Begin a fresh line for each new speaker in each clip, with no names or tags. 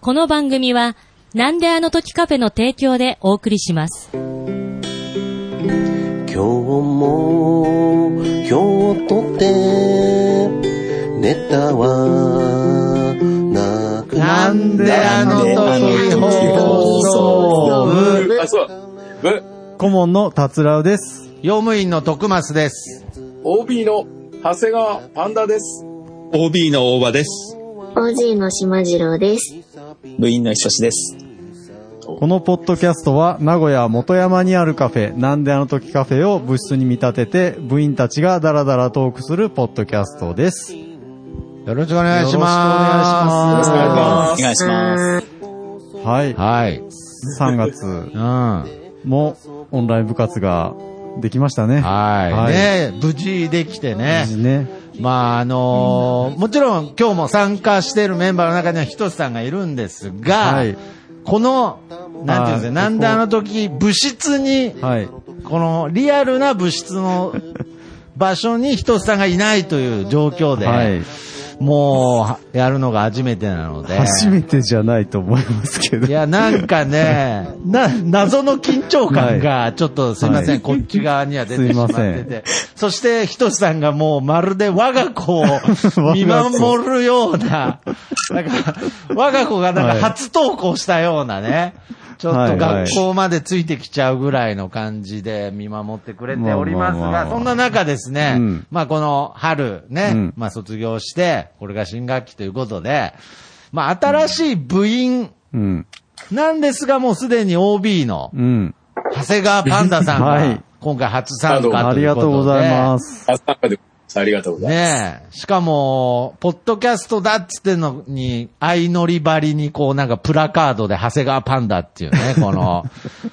この番組は、なんであの時カフェの提供でお送りします。
今日も今日とてネタはなく
なんであの時放送部。
あ、そう。え
顧問の達郎です。
用務員の徳増です。
OB の長谷川パンダです。
OB の大場です。
OG の島次郎です。
部員の久しです。
このポッドキャストは名古屋元山にあるカフェ、なんであの時カフェを部室に見立てて、部員たちがダラダラトークするポッドキャストです。よ
よろしくお願いし
ろ
ま
し
す。
くお願いしま
お願いします。
す。はい。
はい。
3月
うん。は
もオンライン部活ができましたね。はい
い。ね無事できてね
無。事ね。
まあ、あのーもちろん今日も参加しているメンバーの中にはひとしさんがいるんですが、
はい。
この、なんていうんですか、
は
な
い
んであの時、部室に、
はい。
このリアルな部室 の場所にひとしさんがいないという状況で、
はい。
もうは、やるのが初めてなので。
初めてじゃないと思いますけど。
いや、なんかね、 な、謎の緊張感が、ちょっとすいません、
はい
こっち側には出てしまって
すいませ
て。そして、ひとしさんがもうまるで我が子を
子
見守るよう な、なんか、我が子がなんか初登校したようなね、ちょっ
は
と
いはい
学校までついてきちゃうぐらいの感じで見守ってくれております
まあまあま
が、
あ
そんな中ですね、
うん
まあこの春
う
ね
ん、
まあ卒業して、これが新学期ということで、まあ新しい部員、
うん。
なんですが、もうすでに OB の
うん。
長谷川パンダさん
は
が
い、
今回初参加ということで。
ありがとうございま。す。
あ、参加でございますありがとうござい
ねえ。しかも、ポッドキャストだっつってんのに、相乗り張りにこうなんかプラカードで長谷川パンダっていう ね、この、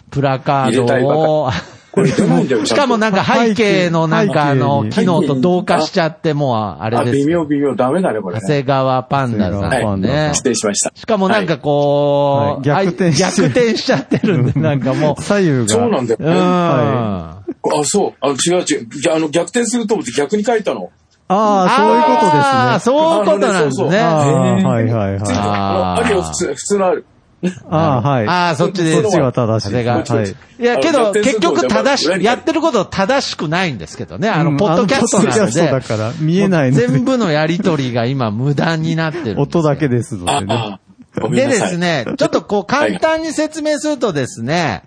プラカードを、
ます。これどうなんじゃう
しかもなんか背景のなんかあの、
背
機
景に
能と同化しちゃって、もうあ
あ、
れで
微
す。
妙微妙。ダメだね、これ
長
ね。
谷川パンダ
長谷
さ
川パ
ん
ンダ
ね
さ。
失礼しました。
しかもなんかこう、
はい逆転し
あ
て
逆転しちゃってるんで、なんかもう、
左右が。
そうなんだ
うん。
よ。
は
あ、そう。あ、違う違う。じゃあ、あの、逆転すると思って逆に書いたの。
あ
あ
あ、
あ、そういうことです
そういうこと
ね。
なんですね。
あ
あ
あ、はいはい
つい
は
あ
い。
あ
ー
あるよ、普通、普通のある。
ああ、はい。
あー、そっちで
そ
す
っちは正し
そ
い。
れが、はい。い
あ
や、
の
けど、
逆転す
結
るとこ
局正し
じゃあ
く、やってること正しくないんですけどね。あ
う
の、
ん
ポッドキャスト
あのポ
な
ッ
ん
ドキャスト
で
だ。から見えないので
全部のやりとりが今無駄になってるんですよ。
音だけですの
あ
でね。
あ、ごめ
で
ん
で
なさ
す
い。
ね、ちょっとこう簡単に説明するとですね、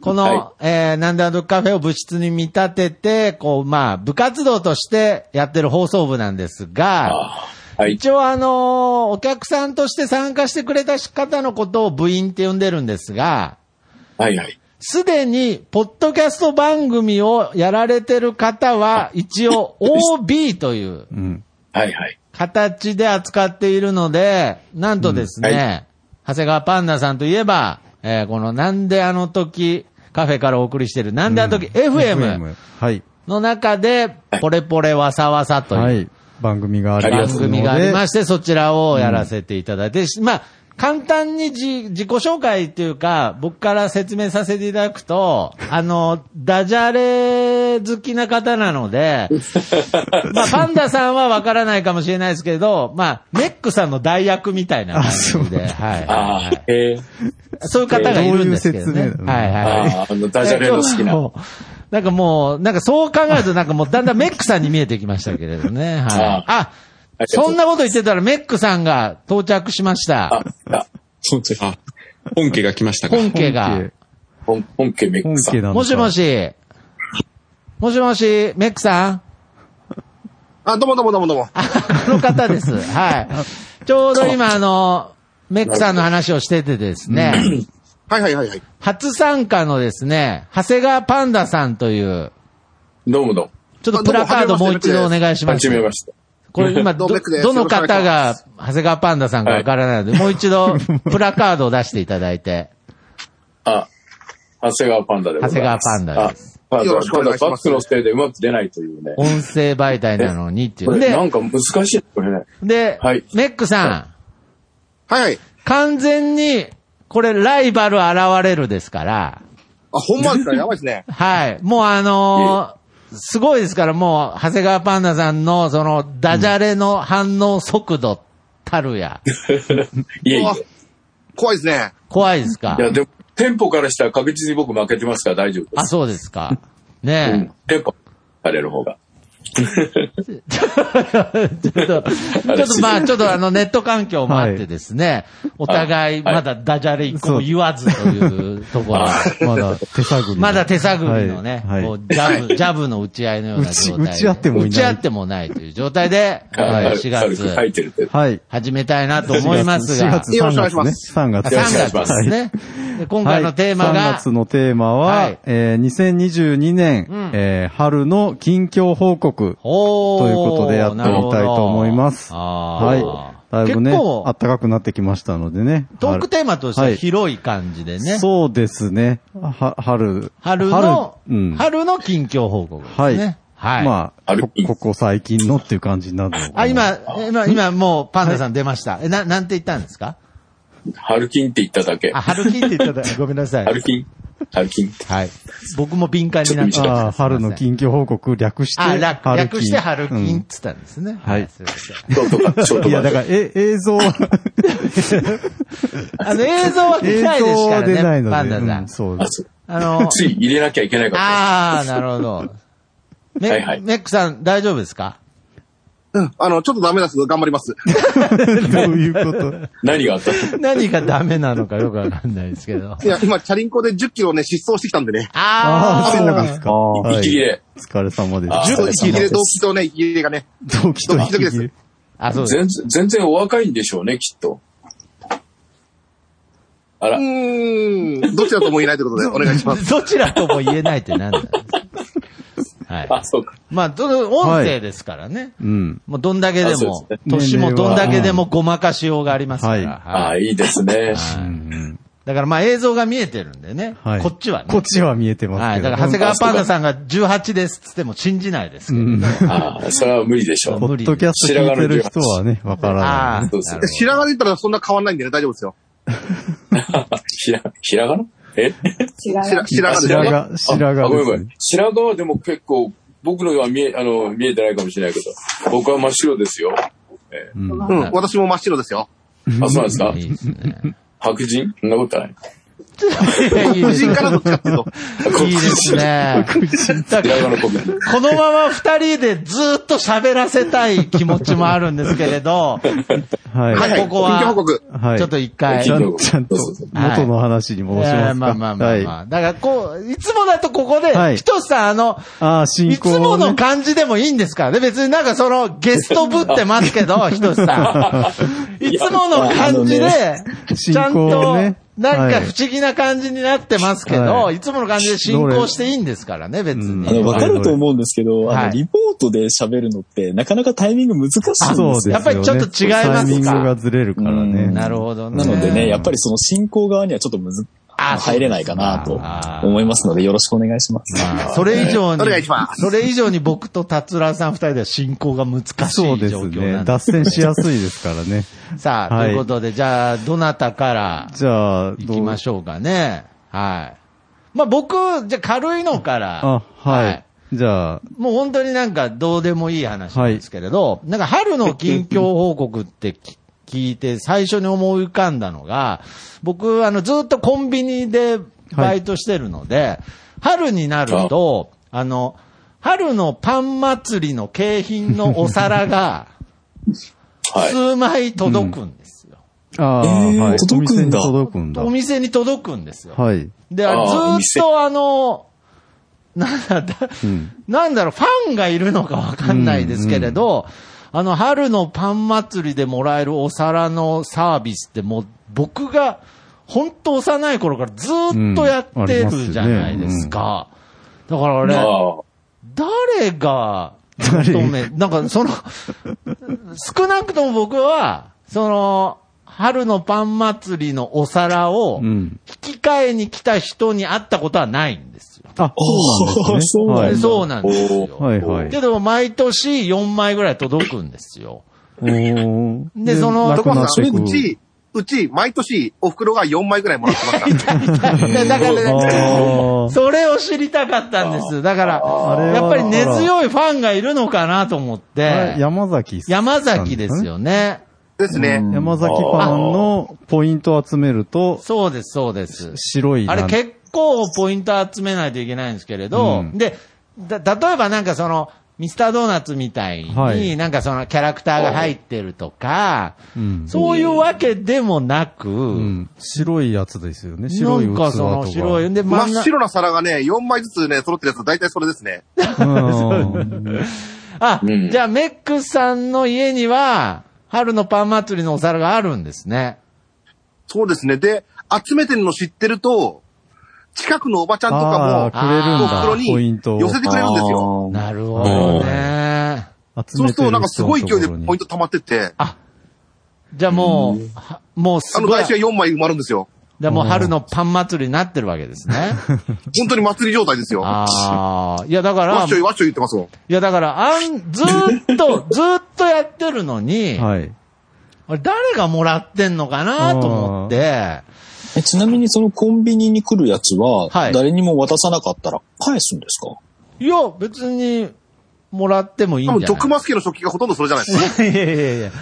この、
は
えー、なんであのカフェを部室に見立てて、こう、まあ、部活動としてやってる放送部なんですが、
あーはい。
一応あのーお客さんとして参加してくれた方のことを部員って呼んでるんですが、
はいはい。
すでに、ポッドキャスト番組をやられてる方は、一応 OB という
うん。
はいはい。
形で扱っているので、なんとですね、
うんは
長谷川パンダさんといえば、えーこのなんであの時、カフェからお送りしている、なんであの時、FM。
はい。
の中で
は、い
ポレポレわさわさという、
はい。番組がありま
番
すので。
組がありま
し
して、そちらをやらせていただいて、まあ、簡単にじ自己紹介というか、僕から説明させていただくと、あの、ダジャレ好きな方なので、まあ、パンダさんはわからないかもしれないですけど、まあ、メックさんの代役みたいな感じで、はい
ああ、えー
そういう方がいるんですけどね。
どういう説明なの
はいはい。
あーあの、ダジャレの好きな。
そうなんかもう、なんかそう考えるとなんかもうだんだんメックさんに見えてきましたけれどね。はい。
あ
あそんなこと言ってたらメックさんが到着しました。
あ、あ
そうです。あ、本家が来ましたか。
本家が。
本本家メッ
本
クさん
家。なのか
もしも。し。もしもし、メックさん
あ、どうもどうもどうもどうも。
あ、この 方です。はい。ちょうど今あの、メックさんの話をしててですね、
はいはいはいはい。
初参加のですね、長谷川パンダさんという、
どうもどうも。
ちょっとプラカードもう一度お願いしま
は
す
じ。めまして。
これ今、
ど
ど、
うもメックです
どの方が、長谷川パンダさんかわからないので、もう一度、プラカードを出していただ いて。
あ、長谷川パンダでございます。
長谷川パンダで
あ、パンダ
よろしくお願いします
パンダバックのせいでうまく出ないというね。
音声媒体なのにってい
こ
う。
れな
で
ん、か難しい、これね。
で、
はい
メックさ
はいはい。
ん、完全に、これライバル現れるですか
あ、
ら、。
ほんまですかやばいですね
はい。もうあのーすごいですから、もう、長谷川パンダさんの、その、ダジャレの反応速度たるや。
いえいえ。
怖いですね。
怖いですか
いや、でも、テンポからしたら確実に僕負けてますから大丈夫で
あ、
す。
そうですか。
う
ね
ん。テンポされる方が。
え。ちょっと、ちょっとまあ、ちょっとあの、ネット環境もあってですね、お互いまだダジャレ一個も言わずというところ。
まだ手探り。
まだ手探りのね、
はい
こ
は
う
い。
ジャ ブ、ジャブの打ち合いのような状態で。
打ち打ち合ってもいない
打ち合ってもないという状態で、
軽く
4
書い
月、
てるって。
はい。
始めたいなと思います
4
が、
月、3月ね。3
あ
よろしく
3
月。
お願い
月
しま
ですすね。で今回のテーマ
はい、3
が、
月のテーマは、
はい
えー2022年、
うん
えー春の近況報告
おー
ということでやってみたいと思います。はい。だいぶね、
結
暖
構、
かくなってきましたのでね。
トークテーマとして
は
はい広い感じでね。
そうですね。は、春。
春の、
春うん。
春の近況報告ですね。はい。
まあ、
春
こここ最近のっていう感じになるのかな
あ、今、今、今もうパンダさん出ました。え、な、なんて言ったんですか
ハルキンって言っただけ。
あ、
ハ
春金って言っただごめんなさい。
ルキンハルキンって。
はい。僕も敏感になっちゃいました
あー春の近況報告略して。
あ、略
春
略して春
うん
金って言ったんですね。
はい
すいません
ショートか、ショート
いや、
バー
だから、え、映像、
あの、映像は出
映
ないですか
像
らね。
出ないの
パン
で、
ダさ
うんん、。そう
あ、そう。
あの、
つい入れなきゃいけないかった。
あー、なるほど。メ
はいはい
メックさん、大丈夫ですか
うん。あの、ちょっとダメですけど、頑張ります。
どういうこと
何があった
何がダメなのかよくわかんないですけど。
いや、今、チャリンコで10キロね、失踪してきたんでね。
あ
あ
あ、
ー、
そうなんですか。
息切れ。
お疲れ様で
あ
す。
ー
10キロで動機とね、息切れがね。
同期と
ドキドキです
息切れ
あ、そうです。
全然全然お若いんでしょうね、きっと。あ
う
ら、
ーん。どちらとも言えないということで、お願いします。
どちらとも言えないってなんだよはい。
あ、そうか。
まあ、どの音声ですからね。
うん。
もうどんだけで
あそう
も
ですね、
年も
年齢
ど
は
んだけでもごまかしようがありますか
はい
ら。
あ
い。
いいですね。
うん
だからまあ映像が見えてるんでね。
はい
こっちはね。
こっちは見えてます
は
け
い。
ど。
だから長谷川パンダさんが18ですっつっても信じないですけ
う
ど。
ん。
ああ、それは無理でしょ
ポ
う。
ッドキャスト聞いてる人はね、わから
あ
な
あ
い。
そうですね
なるほど
白髪で言ったらそんな変わんないんでね、大丈夫ですよ。
ひら、ひらがなえ
白白
あ
髪で
白
すよ。
髪、白
あ、ごめん
髪
ごめ
です
ん。白髪はでも結構、僕のは見え、あの、見えてないかもしれないけど、僕は真っ白ですよ。
うん
うん。私も真っ白ですよ。
あ、そうなんですか
いいですね。
白人そんなことない。
いやいい
無
です
人
ね
からどっちかっていうと。
いいですね。だか
白
ら
髪の黒人。
このまま二人でずーっと喋らせたい気持ちもあるんですけれど、
はい。
はいはい。
ここは
緊急報告。
はい。
ちょっと一回。
ちゃ
緊急
ん、ちゃんと元の話に戻します
え
か。
ーまあまあまあま
はい。
あ。だからこう、いつもだとここで
は、い
ひとしさんあの、
ああ、進
い
行を
つ
ね。
もの感じでもいいんですからね。別になんかその、ゲストぶってますけ ど、ひとしさん。いつもの感じ
い
で、ちゃん
進行を
と
ね、
なんか
はい
不思議な感じになってますけど、、
はい
つもの感じで進行していいんですからね、別
うん
あ
に。
の、わかると思うんですけど、
はい
あの、リポートで喋るのって、なかなかタイミング難しいんです
そうです
よ。
よね。
やっぱりちょっと違いますか
タイミングがずれるからね。
うん
なるほどね。
なのでね、やっぱ
り、
りその進行側にはちょっとむず、
あ
入れないかな
そうですか
と思いますので、よろしくお願いします。
まあそれ以上に、
お願いします
それ以上に僕と達郎さん二人では進行が難しい状
そ
況な
う
んで
ですすね。脱線しやすいですからね。
さあ、
はい
ということで、じゃあ、どなたから
じゃあ、
行きましょうかね。はい。まあ僕、じゃあ軽いのから。
あ、はい。。じゃあ、
もう本当になんかどうでもいい話なんですけれど、なんか春の近況報告ってき聞いて最初に思い浮かんだのが、僕、あの、ずっとコンビニでバイトしてるので、春になると、あの、春のパン祭りの景品のお皿が、
はい。
数枚届くんですよ。
ああ、
えー
はい。
届く
お
んだ
店に届くんだ
お。店に届くんですよ。
はい。
で、
あー
あ
お
れず
店
っとあの、なんだ、なんだろう、ファンがいるのかわかんないですけれど、あの、春のパン祭りでもらえるお皿のサービスってもう、僕が、本当幼い頃からずっとやってるじゃないですか。だから俺、
ああ。
誰が、
誰
求め、なんかその、少なくとも僕は、その、春のパン祭りのお皿を、
うん。
引き換えに来た人に会ったことはないんですよ。
あ、そうなんで すね。
おー
は
で
い。
そうなんですよ。
はいはい。
けど、毎年4枚ぐらい届くんですよ。
おー
でその
なく
徳
な
川
っ
さ
て
ん、
く
うち、うち、毎年、お袋が4枚ぐらいもらってますから。
でだから
あ
ね、
ー
それを知りたかったんです。だから、
あれは
やっぱり根強いファンがいるのかなと思っ
あれ
て、
山崎さん
山崎ですよね。
ですね。
山崎ファンのポイントを集めると、
そうです、そうです。
白いな
あ
ん。
れ結構ポイント集めないといけないんですけれど、
うん
で、だ、例えばなんかその、ミスタードーナツみたいに、
はい
なんかそのキャラクターが入ってるとか、
うん
そういうわけでもなく、
うん白いやつですよね。
な
白い器
ん
とか。
かその白い、で、
真
漫
っ
画、
白な皿がね、4枚ずつね、揃ってるやつ、大体それですね。
うん
あ、
うん
じゃあメックさんの家には、春のパン祭りのお皿があるんですね。
そうですね。で、集めてるの知ってると、近くのおばちゃんと
あ
かも、
あ、くれるんだ、ポイントを。
寄せてくれるんですよ。
あー
なるほどね。
集
そうす
め
る
てる
と、
人のところに
なんかすごい勢いでポイント溜まってって、
じゃあもう、はもうす
あの
ごい、
台
じ
紙が4枚埋まるんですよ。
ゃあもう春のパン祭りになってるわけですね。
本当に祭り状態ですよ。わ
ああ、いやだから、
っしょいわっしょい言ってますもん。
いやだから、あん、ずーっと、ずーっとやってるのに、
はい。
俺誰がもらってんのかなと思って、
えちなみにそのコンビニに来るやつは、
はい
誰にも渡さなかったら返すんですか
いや、別に、もらってもいいん
多分、
じゃない
徳マスケの食器がほとんどそれじゃないですか。
いやいやいやいや。っ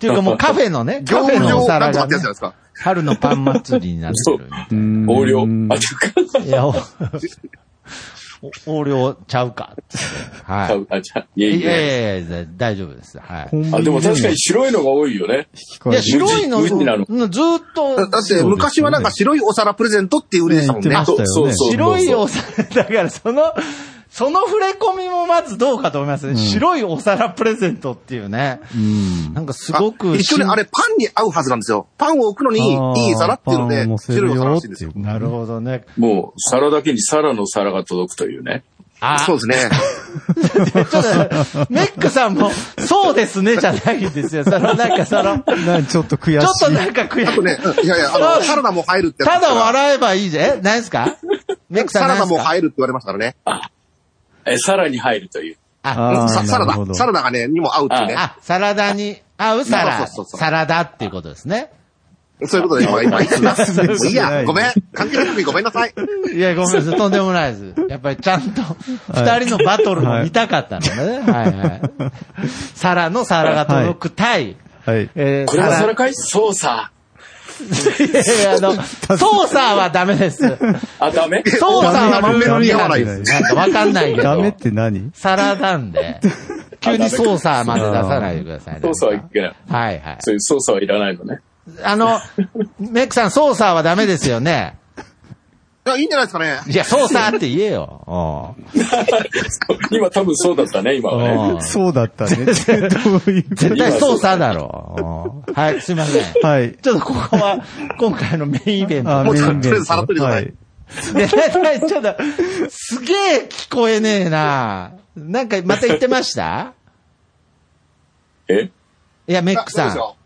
ていうかもうカフェのね、カ
行
フェのお
上な
皿
んとかってや
が、ね
つじゃないですか。
春のパン祭りになってる。
横
横
領。あ、
あ
ちゃうか。
いや、お お横領ちゃうかっつって。
ちゃ
は
うあ、ちゃう。い
い。
や
い
いやいや。
やいやいや、大丈夫です。はい。
あ、でも確かに白いのが多いよね。
いや、白いの、
無地無地なの
うんずーっ
だ
と
だ、って、昔はなんか白いお皿プレゼントっていう売りでしたもんね
言。ってましたよね
あそうそうそう
白いお皿、だからその、その触れ込みもまずどうかと思いますね。白いお皿プレゼントっていうね。
うん
なんかすご
あ
く。
一緒にあれ、パンに合うはずなんですよ。パンを置くのに、いい皿っていうの
あ
で
ーパンを乗、せ
白
る
いお
よ
皿ら
っ
しいんです
てい
よ。
う。
なるほどね。
もう、皿だけに皿の皿が届くというね。
あ、
そうですね。
ちょっと、メックさんも、そうですね、じゃないんですよ。その、なんかその、ち
なんかちょっと悔しい。
ょっとなんか悔
あとね
しい。、
うんいやいや、あの、サラダも入るってや
た
つです
だ
から
笑えばいいぜ。え何すかメックさ
サ
ん
ラ
何
ダ
す
も
か
入るって言われましたからね。
え、皿に入るという。
あー
さサラ
なるほど
ダ、サラダがね、にも合うっていうね。
あ、サラダに合うサラ、
そうそうそうそう
サラダっていうことですね。
そういうことで、今、今、いつだ
うそう
いいや、ごめん。関係なくてごめんなさい。
いや、ごめんなさい。とんでもないです。やっぱりちゃんと、二人のバトルも見たかったのね。はいはい。皿の皿が届く対、
はい。
えー
これは皿かいそうさ。
いやいや、あの、ソーサーはダメです。ソー
あ、ダメ
サーはルールに
ダ
あ
メ
る
ダメ
なんかわかんないけど。
ダメって何
皿なんで、 急にソーサーまで出さないでくださいね。
操作はいけない。
はいはい。
そういう操作はいらないのね。
あの、メックさん、ソーサーはダメですよね。
いやいいんじゃないですかね。
いや、ソーサーって言えよ。
今多分そうだったね、今はね。
うん
そうだったね。どういう
絶対ソーサーだろ。うんはい、すいません。
はい。
ちょっとここは、今回のメインイベント。
あ
もうちょっと
メイ
と
ン
りあえずさらっといてください
はい
で、なんかちょっと、すげえ聞こえねえな。なんか、また言ってました
え
いや、メッ
あ
ク
そうで
さ
す
ん。
よ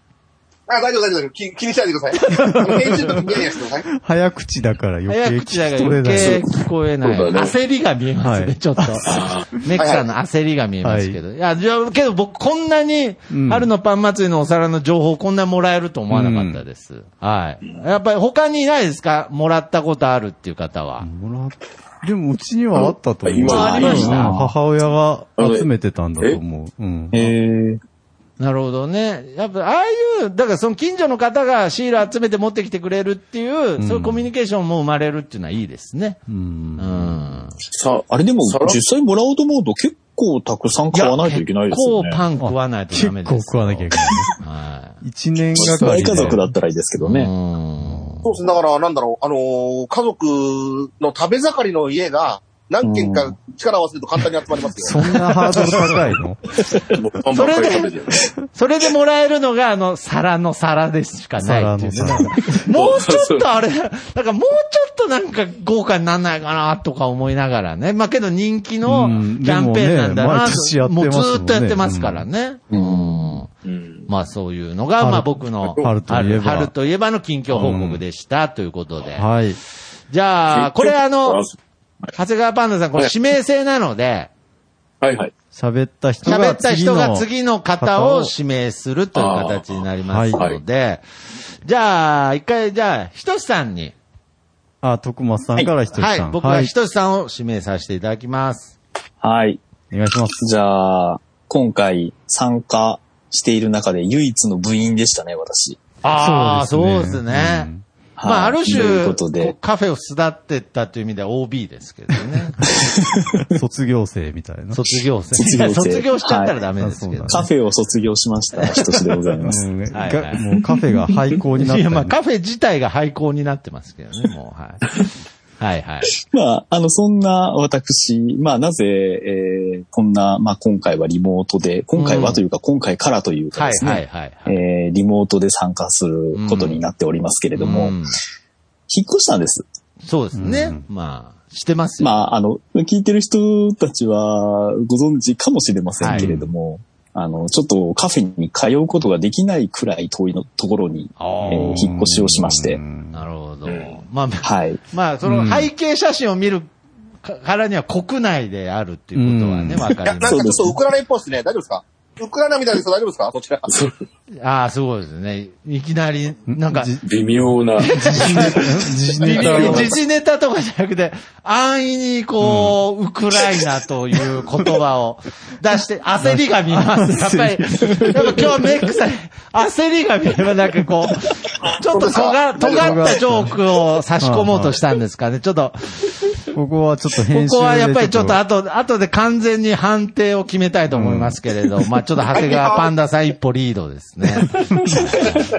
あ、大丈夫、大丈夫、大丈夫。気気にしないでください。あの編集の時ニヤニヤしてください。
早口だから余計
早
聞
口
き
だから
取れ
余
ない。
計聞こえない。
そうだね
焦りが見えますね、
はい
ちょっと。メックさんの焦りが見えますけど。いや、じゃあけど僕こんなに
うん、
春のパン祭りのお皿の情報こんなもらえると思わなかったです。はい。やっぱり他にいないですかもらったことあるっていう方は。
もらでも、うちにはあったと思う。
今
ありました
うん母親が集めてたんだと思う。うん。
え
なるほどね。やっぱ、ああいう、だからその近所の方がシール集めて持ってきてくれるっていう、
ん
そういうコミュニケーションも生まれるっていうのはいいですね。
う。
うんん。
さ
あれでも
皿
実際もらおうと思うと結構たくさん買わないといけないですよね。
結構パン食わないと
結
ダメです。
構食わなきゃいけないね。
は
一年がか
大
りで。
家族 だったらいいですけど
い。
ね。
うん
そうですね。だから、なんだろう。あのー家族の食べ盛りの家が、何軒か力を合わせると簡単に集まります
そ
よ。
んなハードル高いの
あ、もうパンばっかり食べてる。
それでもらえるのが、あの、皿の皿でしかないっていうね。
皿の
もうちょっとあれ、だからもうちょっとなんか豪華になんないかなとか思いながらね。まあけど人気の
うん
キャンペーンなんだな
でもね毎年
と、
やってま
も
すもん
うず
ね
ーっとやってますからね。うん
うん。
まあそういうのが、
春
まあ僕の
春といえば
春といえばの近況報告でしたということで。
はい。
じゃあ、これあの、長谷川パンダさん、これ
はい
指名制なので、
はいはい。
喋った人が
喋った人が
次
次の方を指名するという形になりますので、じゃあ、一回、じゃあ、ひとしさんに、
の。あ、徳松さんからひとし
はい
さん。、
僕はひとしさんを指名させていただきます。
はい。
お願いします。
じゃあ、今回参加している中で唯一の部員でしたね、私。
ああ、そうですね。
うん
はい
まあ、ある
という
種、
こと
こ
で
う、カフェを巣立ってったという意味では OB ですけど ね。
卒業生みたいな。
卒業生。
卒業生
卒業しちゃったらダメですけど、
はい
カフェを卒業しました、人でござ います。
うん
はい
が
はい
もうカフェが廃校になっ
い
た
や、
り
まあ、
ね。
カフェ自体が廃校になってますけどね、もう、 はい。はい、はい。
まあ、あの、そんな私、まあ、なぜ、えーこんな、まあ、今回はリモートで、今回はというか、今回からというか
はい、
ですね、
はい、はい。
えーリモートで参加することになっておりますけれども、
うん
引っ越したんです。
そうですね。まあ、してますよ。
まあ、あの、聞いてる人たちはご存知かもしれませんけれども、あの、ちょっとカフェに通うことができないくらい遠いのところに、
あー
えー引っ越しをしまして、
なるほど。まあ、
はい。
まあ、その背景写真を見るかからには国内であるっていうことはね、
うん
わか
いや、な
り
ん
ま
か
す
ちょっとウクライナっぽいですね。大丈夫ですかウクライナみたいです大丈夫ですかそちら。
ああ、そうですね。いきなり、なんか、
じ
微妙な。
時事
ビ
ネ
ビ
タ
ビ
を
時事ネタとかじゃなくて、安易にこう、ウクライナという言葉を出して、焦りが見えます。やっぱり、やっぱ今日はメックさん、焦りが見えます。なんかこう、ちょっと尖が、尖ったジョークを差し込もうとしたんですかね。ちょっと、
ここはちょっと
こ
編集で
こはやっぱりちょっと後、後で完全に判定を決めたいと思いますけれど、まあちょっと長谷川パンダさん一歩リードですね。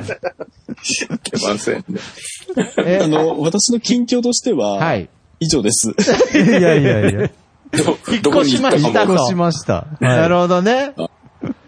出ませんね。
え
あの、私の近況としては、
はい。
以 上です。
いやいやいや。
引っ越しました
引っ越し
と。
ました。
なる
は
ほどね。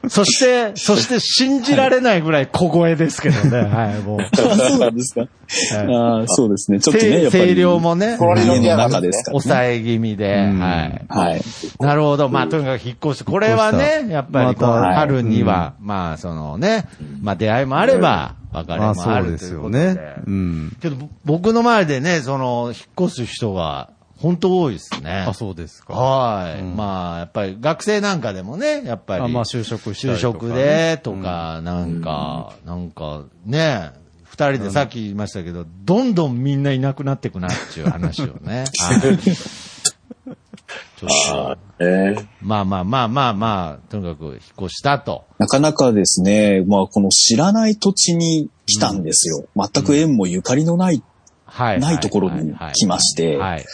そして、そして信じられないぐらい小声ですけどね。はい、もう。
そうなんですか、あーそうですね。ちょっとね、やっぱり。
声量もね、
これ
家の中ですから、ね。
抑え気味で、
うん
はい。
はい。
なるほど。まあ、とにかく引っ越して、これはね、やっぱりこう、
また
春には、まあ、そのね、まあ、出会いもあれば、別
い。
れ
まあ
もあ
そう
る
で
と
す
いう
よ
こと
ね
で。。
うん。
けど、ぼ僕の周りでね、その、引っ越す人が、本当多いですね。
あ、そうですか。
はい、
うん
まあ、やっぱり学生なんかでもね、やっぱり。
あまあ就職した
就
りとか
職
ね
でとか、なんか、なんかね、二人でさっき言いましたけど、どんどんみんないなくなってくなっていう話を ね。はいちょっと
ええ
まあまあまあまあまあ、とにかく引っ越したと。
なかなかですね、まあこの知らない土地に来たんですよ。全く縁もゆかりのない、
はい。
ないところに来ま
し
して、
はい。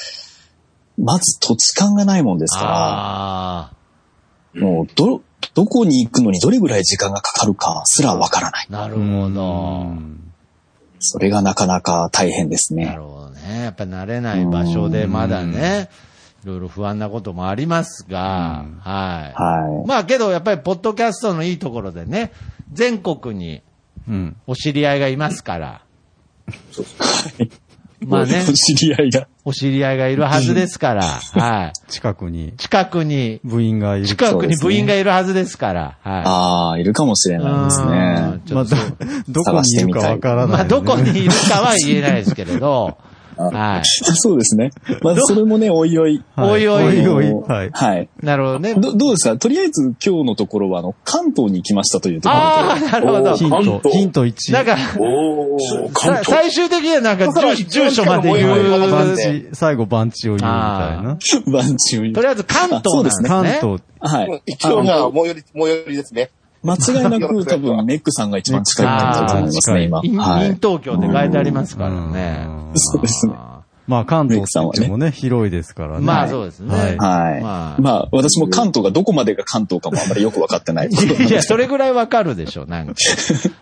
まず土地勘がないもんですか
ああ
ら、もうど、どこに行くのにどれぐらい時間がかかるかすらわからない
ー、。なるほど。
それがなかなか大変です
な
ね
る。ほどね。やっぱ慣れない場所でまだね、いろいろ不安なこともありますが、はい。
はい。、
まあけど、やっぱり、ポッドキャストのいいところでね、全国に
うん。
お知り合いがいますから。まあね
知り合いが。
お知り合いがいるはずですから、は
近くに
い。近くに、
部員がいる。
近くに部員がいるはずですから、は
ああ、いるかもしれ
い。
ないです
うん
ね。
ち
ま
ょ
あ、
っと
ど、どこにいるかわからない、
まあ、どこにいるかは言えないですけれど、はい。
そうですね。まあそれもね、おいおい。
はい
おいおい
おいおい。
あの
はい。
はい。
なるほどね。
どどうですかとりあえず今日のところは、あの、関東に行きましたというところで。
ああ、なるほど
お。
ヒン
関
ト、
東
ヒント1。
なんか、
おー、関
さ
東。
最終的にはなんか住住所まで
おい
言
おいおいおいおいおいおいおいおいおいおいおいおいおいおい
う。
番地、最後番地を言うみたいな。
バンチを言う
とりあえず関東なんですね。
関東、
はい。
一応、まあ、最寄り、最寄りですね。
間違いなく多分、メックさんが一番近いんだと思いますね、今。
イン
は
イン
い。
東京って書いてありますからね
うん。
そうですね
あ
まあ関東って言ってもね、広いですから
ー
ね。
まあそうですね。
はい
はい。
ま
ま
あ
あ、私も関東がどこまでが関東かもあんまりよく分かってない。
いやいや、それぐらいわかるでしょう、なんか。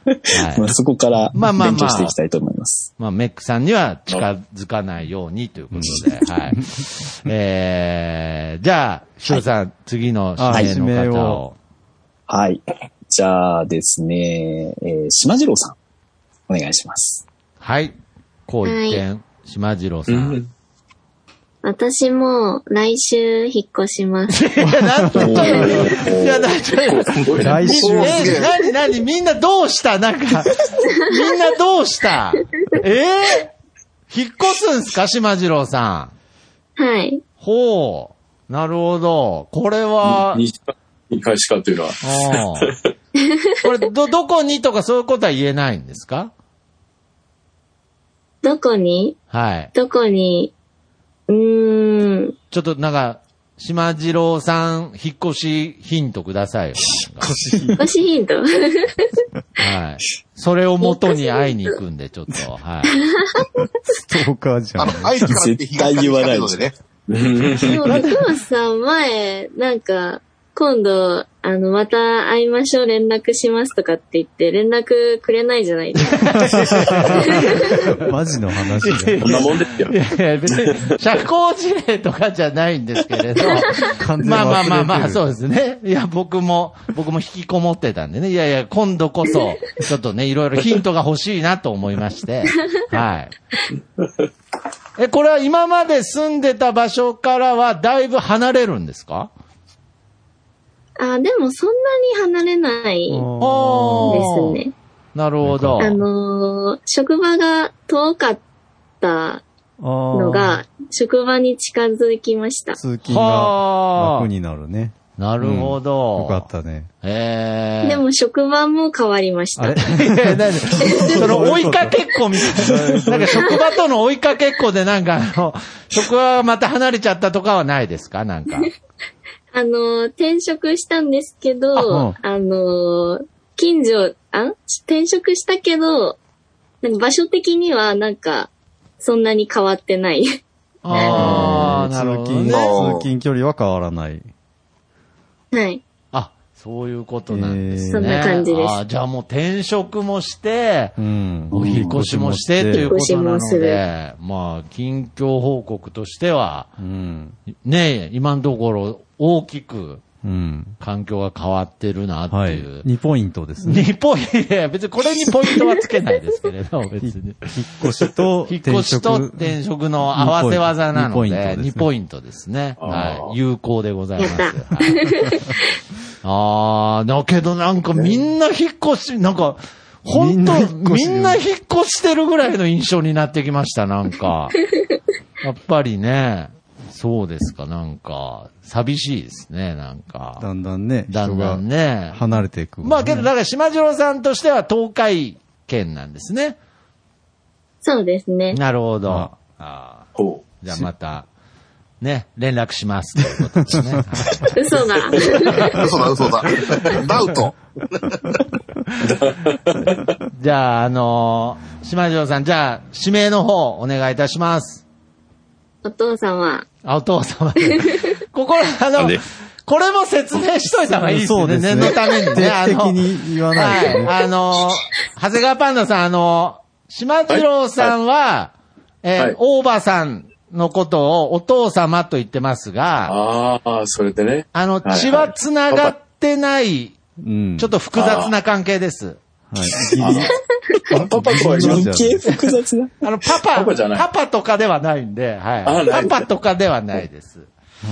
ま
は
あ、
い。
そこから
まあまあまあ
勉強していきたいと思います。
まあ、メックさんには近づかないようにということで、はい。えー、じゃあ、しおさん、次の指名の方を。
はい。じゃあですね、えー、島次郎さん、お願いします。
はい。こう一見、島次郎さん。
私も来週引っ越します。
いや、なんと言ったのいや、なんと言ったの
来週
おーすげ
え、
え
なになにみんなどうしたなんか、みんなどうしたえー、引っ越すんすか島次郎さん。
はい。
ほう。なるほど。これは、うん。
西か東かというのは。
これ、ど、どこにとかそういうことは言えないんですか
どこに
はい。
どこにうーん。
ちょっとなんか、島次郎さん、引っ越しヒントくださいよ。
少しヒント。
はい。それを元に会いに行くんで、ちょっと。はい。
ストーカーじゃ
あ
ん
の。、愛知から来て
絶対言わないで
東
しょ
から来たけどね。
そう、福本さん前、なんか、今度、あの、また会いましょう、連絡しますとかって言って、連絡くれないじゃないです か。
マジの話 で。
こんなもんですよ
い。やいや、別に、社交辞令とかじゃないんですけれど。
完全に忘れ
まあ
てる
まあまあまあ、そうですね。いや、僕も、僕も引きこもってたんでね。いやいや、今度 こそ、ちょっとね、いろいろヒントが欲しいなと思いま して。はい。え、これは今まで住んでた場所からはだいぶ離れるんですか
あ、でもそんなに離れないで
あ
す
おー
ね。
なるほど。
あのー、職場が遠かった
あー
のが、職場に近づきました。
通勤が楽になるね。
なるほど。
よかったね。
えー。
でも職場も変わりました。
いや、なんでその追いかけっこみたいな。な んか職場との追いかけっこでなんかあの、職場がまた離れちゃったとかはないですかなんか。
あのー、転職したんですけど、
あ
あのー、近所、あ転職したけど、なんか場所的にはなんか、そんなに変わってない。
ああ、なるほど、
通
ね。
勤、通勤距離は変わらない。
はい。
あ、そういうことなんですね。
そんな感じです
あーじゃあもう転職もして、
うん。
お引っ越しもしてという
う。
ことな
お引っ越しもす
ので
る、
まあ、近況報告としては、
うん。
ねえ、今のところ大きく
うん。
環境が変わってるなって
はい。
いう。
2ポイントですね。
2ポイント、いや、別にこれにポイントはつけないですけれど、別に。
引っ越しと
引っ
転
越し
職。
と転職の合わせ技なので、2
2
ポ
ポ
イ
イ
ントですね。
あー
はい。有効でございます。
や
は
っ
い、あー、だけどなんかみんな引っ越し、なんか、本当み
み
ん
ん
な
な
引っ越してるぐらいの印象になってきました、なん か。やっぱりね、そうですか、なんか、寂しいですね、なん
だ
か。
んだんね、
だ
人
んだ
が
んね。
離れていく。
まあけど、だから島次郎さんとしては東海圏なんですね。
そうですね。
なるほど。あ
あ
あ
ほ
じゃあまた、ね、連絡しますということ ですね。はい
嘘だ。
嘘だ、嘘だ。ダウト。
じゃあ、あのー島次郎さん、じゃあ、指名の方、お願いいたします。
お父さんは、
あ、お父様 で。ここ、あの、これも説明しといた方がいいです
そ
ね。
うですね
念のためにね。あ
定期
の
的に言わないとね
はい。あのー長谷川パンダさん、あのー島次郎さんは、えー
はい
大場さんのことをお父様と言ってます
う。
が、
ああ、それで ね。
あの、
いはい
血は繋がってない、
うん。
ちょっと複雑な関係です。
はい。ギリ
パパとは言わな
う
い
ん
余計複雑だ。
あの、パパ、
パパじゃない
パパとかではないんで、は
あ
い。
ない
パパとかではないです。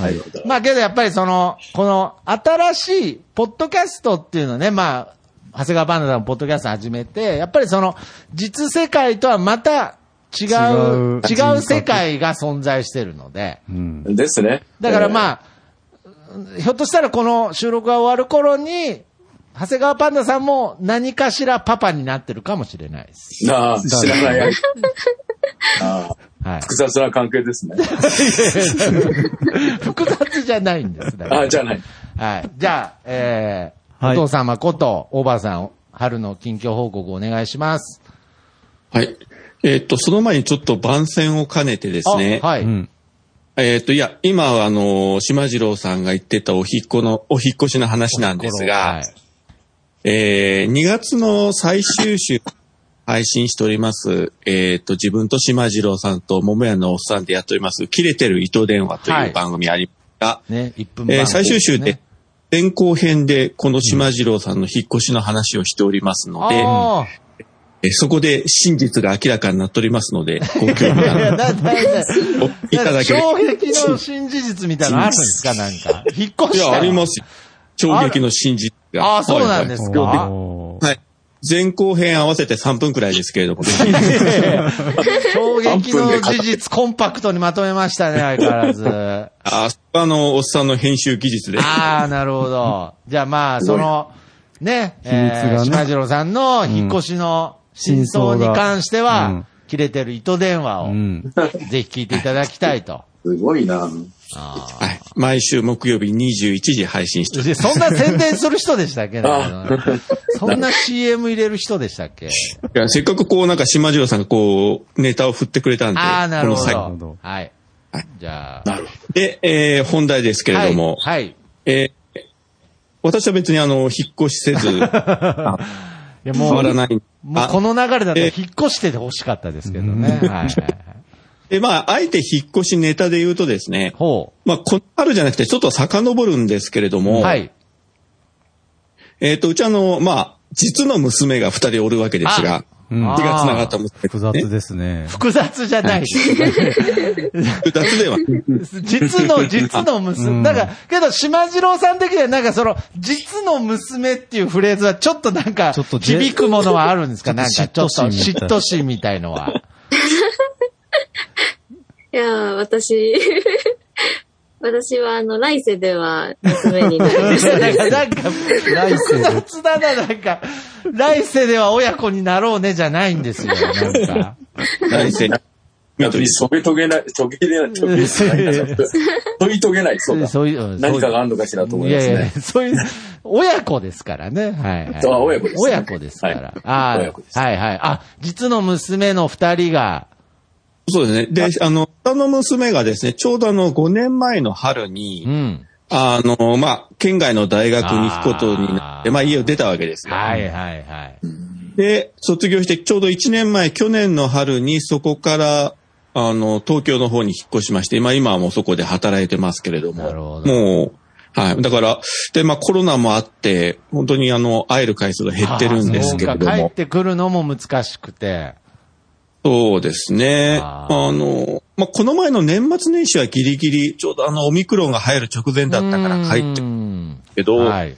はい。
まあけどやっぱりその、この新しい、ポッドキャストっていうのね、まあ、長谷川バナナのポッドキャスト始めて、やっぱりその、実世界とはまた違う、違
違
う
う
世界が存在してるので、
うん。
ですね。
だから
あ、
まあ、ひょっとしたらこの収録が終わる頃に、長谷川パンダさんも何かしらパパになってるかもしれないです。
なあ、知らない。ああ、
はい。
複雑な関係ですね。
複雑じゃないんですね。
ああ、じゃない。
はい。じゃあ、えー
はい
お父様こと、おばあさん、春の近況報告お願いします。
はい。えーっと、その前にちょっと番宣を兼ねてですね。
あはい、
うん。
えーっと、いや、今はあの、島次郎さんが言ってたお引っ越の、お引っ越しの話なんですが、
はい
えー2月の最終週、配信しております、えーっと、自分と島次郎さんと桃屋のおっさんでやっております、切れてる糸電話と
はいいう
番組ありますが、
ね、1分
えー
番組
最終週
す
で
ね。、
前後編で、この島次郎さんの引っ越しの話をしておりますので、
あ
えーそこで真実が明らかになっておりますので、 ご興
あ、い
味
やいや、
あ
だ、だ、だ、
の、いただければ
衝撃の新事実みたいなのあるんですかなんか。引っ越
い
した
や、あ
ら
りますよ。衝撃の真実が。。
ああ、そうなんですすか。
おー
はい。前後編合わせて3分くらいですけれども、ね、
衝撃の事実コンパクトにまとめましたね、相変わらず。
あ、あの、おっさんの編集技術で。
ああ、なるほ ど。じゃあまあ、その、ね、
秘密がね
えー島次郎さんの引っ越しの真相に関しては、
うん
切れてる糸電話を、
うん。
ぜひ聞いていただきたいと。
すごいな。
あ
はい。毎週木曜日21時配信しており
で
ます。
そんな宣伝する人でした っけそんな CM 入れる人でしたっ け
いやせっかくこうなんか島次郎さんがこうネタを振ってくれたんで、
ああ、なるほ
この
ほ
ど
ど。
はい。じゃあ、
際で、えー本題ですけれども、
はい。はい
えー私は別にあの、引っ越しせ ず、変
いやも
わ
う、
らない。
もうこ
あ
の流れだと
え
引っ越してて欲しかったですけどね。はいはいはい。
で、まあ、あえて引っ越しネタで言うとですね、
ほ
まあ、この春じゃなくてちょっと遡るんですけれど
う。
も、
はい。
えっ、と、うちあの、まあ、実の娘が二人おる わけですが、
うん
あ
血が繋がった娘、
複雑ですね。
複雑じゃない。
複雑ではない。
実の、実の
う
娘。
ん
だから、けど、島次郎さん的には、なんかその、実の娘っていうフレーズは、ちょっとなんか、
ちょっとジェ
響くものはあるんですかなんか、ちょ
ちょ
っ
っ
と
と
嫉妬
嫉妬
心みたいのは。
いやー、私、 私はあの、来世では娘にな りました。
なんか、なんか、複雑だな、なんか、来世では親子になろうね、じゃないんですよ、なんか。
来世。
に、そげとげない、とげれない、とげれない。とぎとげない、そうだ。
そういう、うん
何かがあるのかしらと思い
い
ます
やいや
ね。、
そういう、親子ですからね。はい、はい。
あ親子です
親子ですから。
はい
ああ、
親子です
はいはい。あ、実の娘の二人が、
そうですね。で、あの、下の娘がですね、ちょうどあの、5年前の春
う
に、
ん。
あの、まあ、県外の大学に行くことになって、
あー
まあ、家を出たわけですよ。
はいはいはい。
で、卒業してちょうど1年前、去年の春にそこから、あの、東京の方に引っ越しまして、まあ今はもうそこで働いてますけれども。
なるほど
もう、はい。だから、で、まあコロナもあって、本当にあの、会える回数が減ってるんですけれど
ああそうか
も
帰っ。てくるのも難しくて。
そうですね。
あ
あ
ー
の、まあこの前の年末年始はギリギリ、ちょうどあの、オミクロンが入る直前だったから帰ってくる
うん
けど、
はい。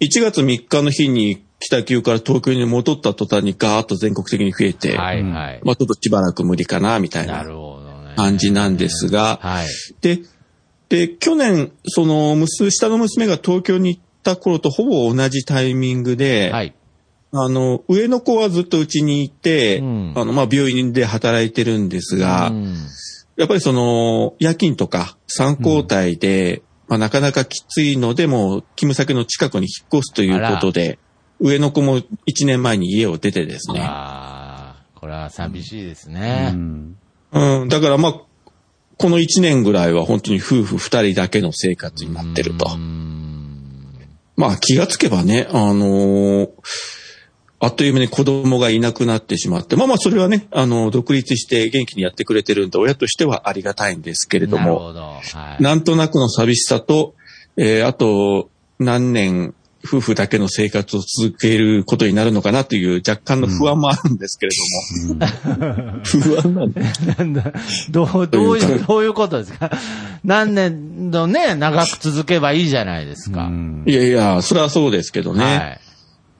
1月3日の日に北九から東京に戻った途端にガーッと全国的に増えて、
はいはい。
まあちょっとしばらく無理かな、みたい
な
な
るほどね。
感じなんですが、
はい。
で、で、去年、その、娘、下の娘が東京に行った頃とほぼ同じタイミングで、
はい。
あの、上の子はずっとうちにいて、
うん
あの、まあ、病院で働いてるんですが、
うん
やっぱりその、夜勤とか3交代で、まあ、なかなかきついので、もう、勤務先の近くに引っ越すということで、上の子も1年前に家を出てですね。
ああ、これは寂しいです
う
ね。
ん。
うん、だからまあ、この一年ぐらいは本当に夫婦二人だけの生活になってると。まあ気がつけばね、あのーあっという間に子供がいなくなってしまって、まあまあそれはね、あの、独立して元気にやってくれてるんで、親としてはありがたいんですけれど
なる
も、
ほど。はい。
なんとなくの寂しさと、えーあと何年、夫婦だけの生活を続けることになるのかなという若干の不安もあるんですけれども、
不安なんで。
なんだ、どう、どういう、どういうことですか何年のね、長く続けばいいじゃないですか。
うん
いやいや、それはそうですけどね。
はい。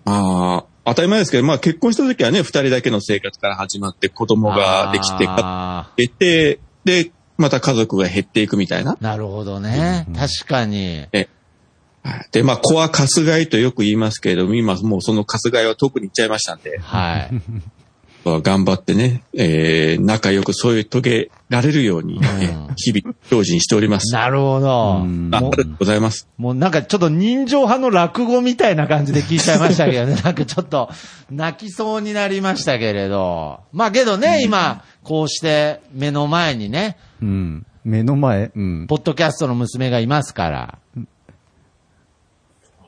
まあ、当たり前ですけど、まあ結婚した時はね、二人だけの生活から始まって子供ができて、か
あ
出て、で、また家族が減っていくみたいな。
ーなるほどね。確かに。
はいで、まあ子はかすがいとよく言いますけれども、今もうそのかすがいは遠くに行っちゃいましたんで、
はい。
まあ頑張ってね、えー、仲良く添い遂げられるように、
ん
日々精進しております。あ
なるほど。
うん
あり
も
がとうございます。
もうなんかちょっと人情派の落語みたいな感じで聞いちゃいましたけどね。 なんかちょっと泣きそうになりましたけれど。まあけどね、今、こうして目の前にね、
うん。目の前、うん。
ポッドキャストの娘がいますから。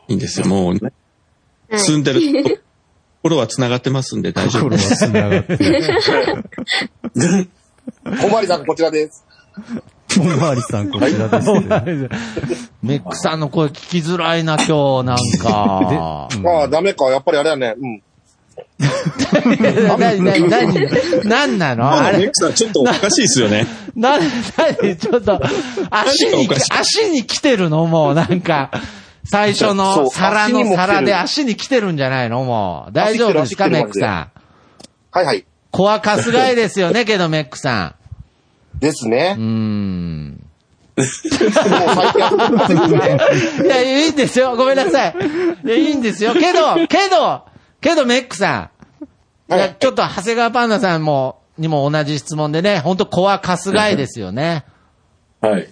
いいんですよ。もう、ね、
はい
住んでるところは繋がってますんで大丈夫
心は繋がって る。
小回りさん、こちらです。
おまわりさん、こちらですけど。
メックさんの声聞きづらいな、今日、なんか。
うん
ああ、ダメか。やっぱりあれだね。うん。
な、な、な、なんなのあ
まあメ
れ
イクさん、ちょっとおかしいですよね。
な、なに、ちょっと、足に、足に来てるのもう、なんか、最初
そう
の皿
足にも
の
来てる
皿で足に来てるんじゃないのもう。大丈夫ですか、
足来て
メ
る
ックさん。
はいはい。
子はかすがいで すよね、けど、メックさ
です
ん。
ね
う。ーん。
もう最近、
いや、いいんですよ。ごめんなさい。いや、いいんですよ。けど、けど、けど、メックさん。い
は
や、
い
ちょっと、長谷川パンダさんも、にも同じ質問でね、本当子はかすがいですよね。
はい。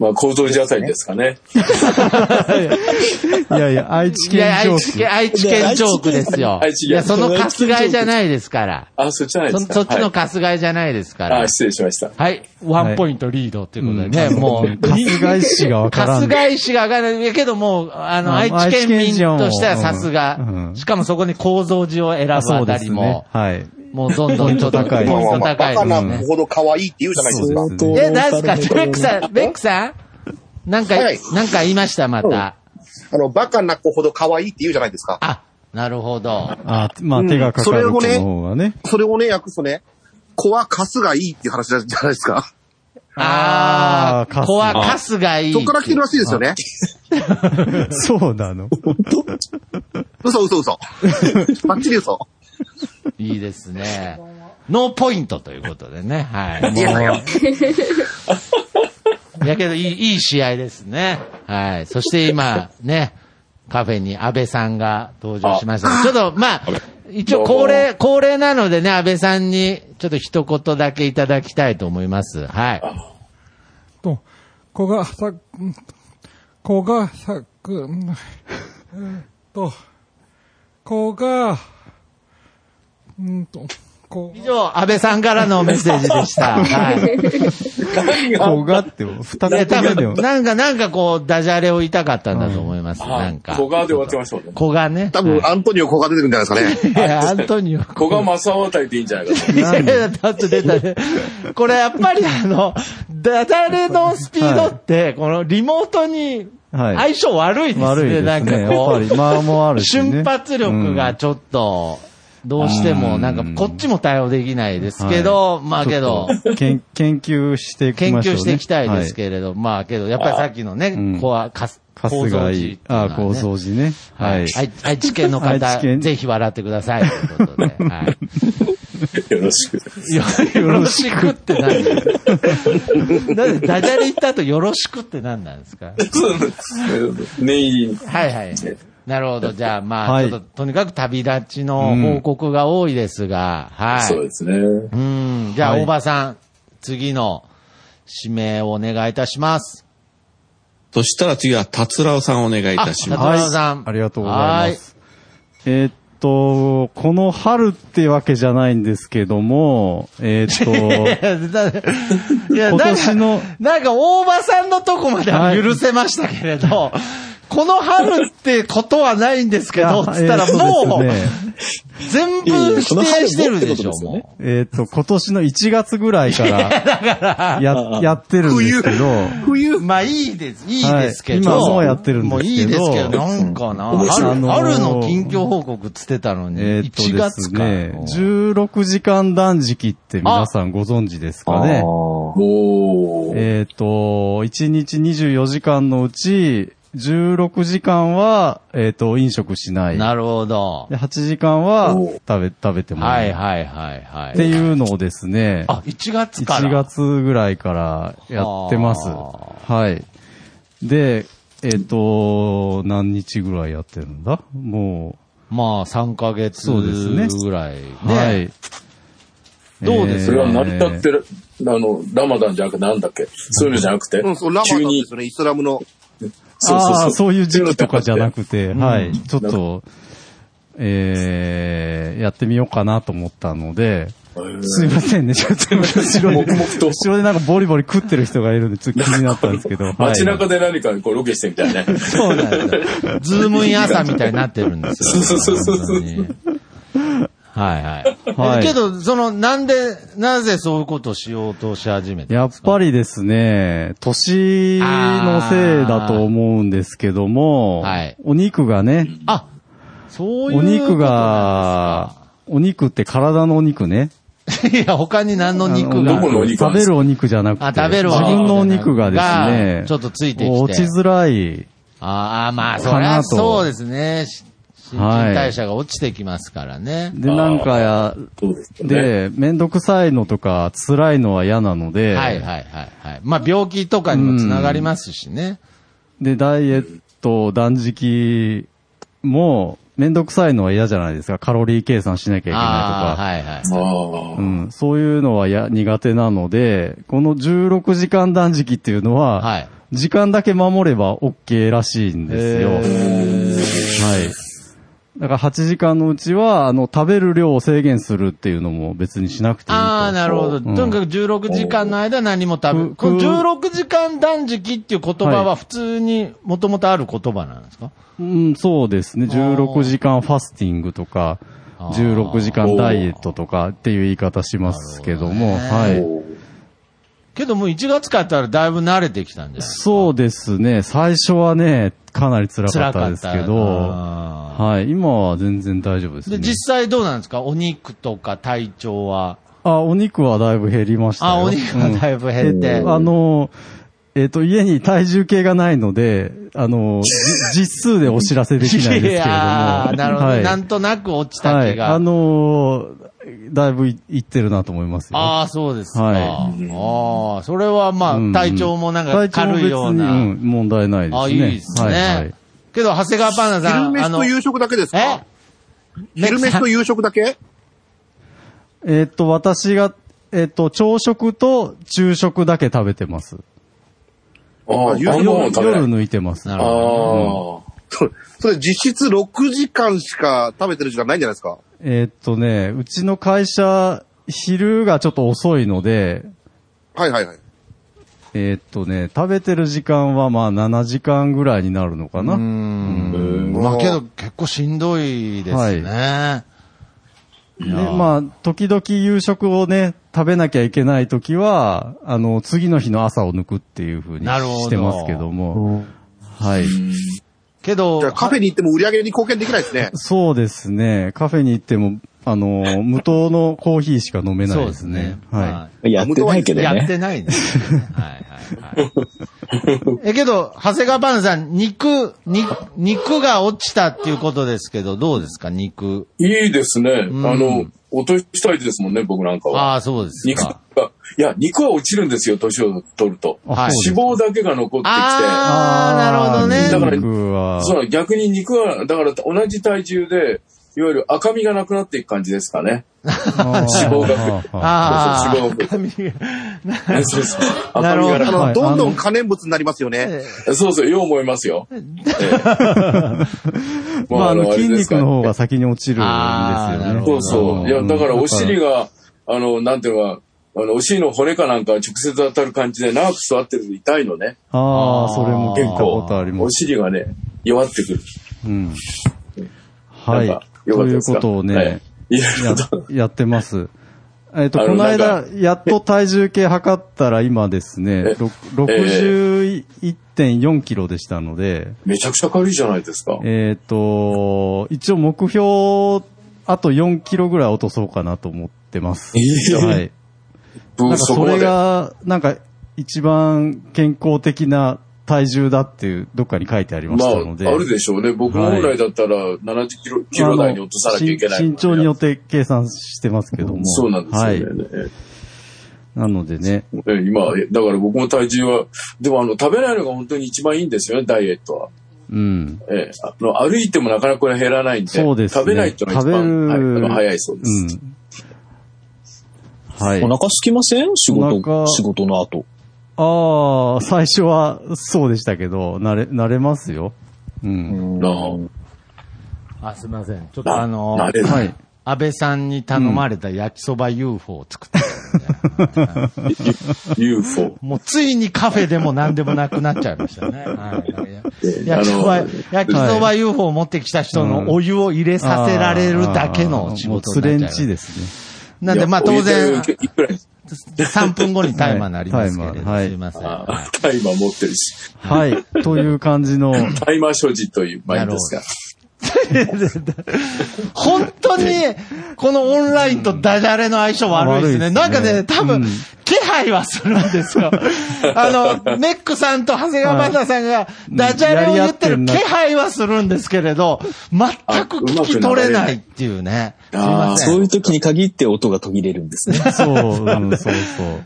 まあ、構造寺あたりですかね。
いやいや、愛知
い
県
や、愛
上
知
区
県、。愛知県チョークですよ。
愛知
い
県
や、その春日井じゃないですから。
あ、そっちじゃない
そ
ですか。
そっちの
は
春日井じゃないですか
い、
ら
あ、。失礼しました。
はい。ワンポイントリードということでね、もう、
春日井市がわからん。
春日井市が上がらないけども、あの、
あ
愛知県民としてはさす
愛知県じゃんう
が
ん、
しかもそこに構造寺を選ぶ
あ
あ
そう
た
で
り
すね
も。、
はい。
もうどんどんちょっと
ポイント高い
ポイント
バ
高い
カ
で
な
すね。
ほど可愛いって言うじゃないですか。
そうですね
え、何すかベックさん、ベック
さ
さんなんか、
はい
なんか言いました、また。
あの、バカな子ほど可愛いって言うじゃないですか。
あ、なるほど。
あ、まあ、
うん
手がかかる子
それ
の
をね
方がね。
それをね、訳すとね、子はカスがいいっていう話じゃないですか。
あ
あ
ー、
ー
子はカスがいい。
そっから来てるらしいですよね。
そうな の。
嘘嘘嘘。バッチリ嘘。
いいですね。ノーポイントということでね。はい。
いやいや
もう。や けど、いい、いい試合ですね。はい。そして今、ね、カフェに安倍さんが登場しました。ちょっと、まあ、一応恒例、恒例なのでね、安倍さんに、ちょっと一言だけいただきたいと思います。はい。
と、子がさ、ん子がさく、んうんと、子が、うんと、子
以上、安倍さんからのメッセージでした。はい。
子がって、二
で、
言
多
目でも
分、。なんか、なんかこう、ダジャレを言いたかったんだと思います。なんか。
小川で終わってましたもんね。
小がね。
多分、アントニオ子が出てくるんじゃないですかね。
いや、アントニオ。
小川正雄あたりでいいんじゃないかと。
いやいや、だって出たね。これやっぱりあの、ダジャレのスピードって、このリモートに
は
相
い
性悪いですね。
悪いですね。
なんか
やっぱ
こ
り、間もあ
う、
るしね。
瞬発力がちょっと、どうしても、なんかこっちも対応できないですけど、まあけど、
うん。 研研究していき
研
ましょう
究
ね。
していきたいです
ど。
けれど、まあけど、やっぱりさっきのね
ん、
こわ、かす、構
春
造
日
地
井、あ、構
ね
造寺ね。
は
はいい。。
愛愛知県の
愛
方
知、県
ぜひ笑ってください。という ことで。はい
よろしく。
よよろしくって何 なんでダジャレ言った後よろしくって何なんですか
念入りに。
はいはい。なるほど。じゃあまあ、
はい
ちょっととにかく旅立ちの報告が多いですが、はい。
そうですね。
うん。じゃあ、
はい
大場さん、次の指名をお願いいたします。
そしたら次は、達郎さんお願いいたします。
中村さん
はいありがとうございます。えーっと、この春ってわけじゃないんですけども、えーっと、
いや、だいや
今
なん
年
か、
の
なんか大場さんのとこまでは許せましたけれど、 この春ってことはないんですけど、つったらもう、
えーっとですね
全部否定してるでしょ、も
えーっと、今年の1月ぐらいから、や、やってるんですけど、
う。冬。まあいいです、いいですけど。
はい今もうやってるんです
もう
けど
いいですけど、なんかな。春、
あのー
春の近況報告つってたのに、
えーっと
1
です
月か。
ね、16時間断食って皆さんご存知ですかね。
おー。
えっ、と、1日24時間のうち、16時間は、えっ、と、飲食しない。
なるほど
で、。8時間は
おう
食べ、食べても
は
ら。
いうはいはいはい。
っていうのをですね、
あ、1月から。
1月ぐらいからやってます。
は
はい。で、えっ、と、何日ぐらいやってるんだも
まあ3ヶ月
そうですね
ぐらいね。
う、はい。
どうです
それは成り立って
る
る、あの、ラマダンじゃなくてなんだっけそういうのじゃなくて
うん、そう、ラマダ
急
ン
に
です。よね、イスラムの。
そうそう
あ
そ
あ、
う。
そういう時期とかじゃなくて、
ん
はい。ちょっと、えー、やってみようかなと思ったので、すいませんね、ちょっと後ろ
黙
で、
々と
後ろでなんかボリボリ食ってる人がいるんで、ちょっと気になったんですけど、はい。
街中で何かこうロケしてみたいね。
そうなんですよ。ズームイン朝みたいになってるんですよ。
そうそうそうそう
本当にはいはい。
はい
けど、その、なんで、なぜそういうことをしようとし始めた
やっぱりですね、年のせいだと思うんですけども、
はい
お肉がね、
あ、そういうこ
お
となんですか。
肉が、お肉って体のお肉ね。
いや、他に何の肉
あ
が
どこのお肉なんで
食べ
すか
るお肉じゃなくて、
あ食べるお肉
自分のお肉がです
が
ね、
ちょっとついてきて
落ちづらい。
ああ、まあ、そ
か
りゃ
なと
そうですね。し新
は
陳
い
代謝が落ちてきますからね。
で、なんかや、
そうですよね。
で、めんどくさいのとか、辛いのは嫌なので、
はいはいはいはい。まあ、病気とかにもつながりますしね。
で、ダイエット、断食も、めんどくさいのは嫌じゃないですか。カロリー計算しなきゃいけ
あ
な
あ
いとか。
はいはい。
ああ
う。ん、そういうのはや苦手なので、この16時間断食っていうのは、
はい。
時間だけ守れば OK らしいんですよ。はい。だから8時間のうちは、あの、食べる量を制限するっていうのも別にしなくていいと。
ああ、なるほど。
うん
とにかく16時間の間何も食べ、この16時間断食っていう言葉は普通にもともとある言葉なんですか、
うん、そうですね。16時間ファスティングとか、16時間ダイエットとかっていう言い方しますけども、はい。
けどもう1月からやったらだいぶ慣れてきたんじゃない
そうですね。最初はね、かなり辛かったですけ
辛
ど、
かった
はい。今は全然大丈夫です
で、
ね。
実際どうなんですかお肉とか体調は。
あ、お肉はだいぶ減りましたよ。
あお肉はだいぶ減って
うんえっとあの、えっと、家に体重計がないので、あの、じ実数でお知らせできないん ですけれども。
やーなるほど、
はい
なんとなく落ちた気が。
はい、あのーだいぶいいってるなと思いますよ。
ああ、そうですか。
はい
ああ、それはま
うん
あ、体調もなんか
体調も
軽いような。
別にうん問題ないですね。
あいいですね
はいはい
けど、長谷川パンダさん、
昼飯と夕食だけですか昼飯と夕食だけ
えっと、私が、えっと、朝食と昼食だけ食べてます。
ああ、夕
夜
食も食べない
夜抜いてます。
ああ。そそれ実質6時間しか食べてる時間ないんじゃないですか
えーっとね、うちの会社、昼がちょっと遅いので、
はいはいはい。
えーっとね、食べてる時間はまあ7時間ぐらいになるのかな。うん
まあけど、結構しんどいですね。
で、まあ、時々夕食をね、食べなきゃいけない時は、あの、次の日の朝を抜くっていう風に
なるほど
してますけども。はい。
けど、
カフェに行っても売り上げに貢献できないですね。
そうですね。カフェに行っても、あの、無糖のコーヒーしか飲めないですね。はい。
やってないけどねやって
ない
です、え、けど、長谷川パンダさん、肉、肉、肉が落ちたっていうことですけど、どうですか、肉。
いいですね。
うん
あの、お年したいですもんね、僕なんかは。
ああ、そうです
肉が、いや、肉は落ちるんですよ、年を取ると。
はい
脂肪だけが残ってきて。
ああ、なるほどね。
だ
から、
そう、逆に肉は、だから同じ体重で、いわゆる赤身がなくなっていく感じですかね。脂肪が増えそう
あー
そう 脂肪が増えそうそう赤身が
なるほど
なく
あ
なっ
の
て
どんどん可燃物になりますよね。
そうそう、よう思いますよ。
まあ、あ
もう
の、
あれ
筋
ですか
肉の方が先に落ちるんですよね。
そうそう。いや、だからお尻
が。
が、あの、なんていうのか、あの、お尻の骨かなんか直接当たる感じで長く座ってると痛いのね。
ああ、それも聞いた
結構
ことあります。
お尻がね、弱ってくる。
うん。は
なん
い
か。よかった
とい
で
う
す
こ
か
とをね、
い
ややってます。えっと、
あの
この
な
間
ん、
やっと体重計測ったら今ですね、ろ61.4キロでしたので、
めちゃくちゃ軽いじゃないですか。
えっと、一応目標、あと4キロぐらい落とそうかなと思ってます。
ええ
はい。
うん
なんか
そ
そ
こま
れ
で
が、なんか一番健康的な体重だっていう、どっかに書いてありま
ま
し
あ、
たので。
あるでしょうね。僕の本来だったら70キロ、キロ台に落とさなきゃいけない
あの。身身長によって計算してますけども。
そうなんですよね。
はい。なのでね。
え今、えだから僕も体重は、でもあの、食べないのが本当に一番いいんですよね、ダイエットは。
うん。
ええあの歩いてもなかなかこれ減らないんで、
そうですね
食べないっていうのが一番、はい、あの早いそうです。
うん。はい。
お腹すきません仕
お
事、
腹
仕事の後。
ああ、最初はそうでしたけど、慣れ、慣れますよ。うん。
あ、すみません。ちょっとあの、
なれない
はい安倍さんに頼まれた焼きそば UFO を作 ってたんで、
UFO。
もうついにカフェでも何でもなくなっちゃいました ね。はい、
あの
焼きそば、焼きそば UFO を持ってきた人のお湯を入れさせられるだけの仕事になっちゃいま
あーもう
し
釣
た
れんち ですね。
なんで、まあ当然、3分後にタイマーになりますけれど、
はい
すいません。
タイマー持ってるし。
はい。という感じの。
タイマー所持という、まあいいんですが。
本当に、このオンラインとダジャレの相性悪いですね。
悪いですね
なんかね、多分、気配はするんですよ。あの、メックさんと長谷川バナさんが、ダジャレを言ってる気配はするんですけれど、全く聞き取れないっていうね。すい
あ
ま
あ、
せ
そ
ん。
ういう時に限って音が途切れるんですね。
そう、うん、そうそう。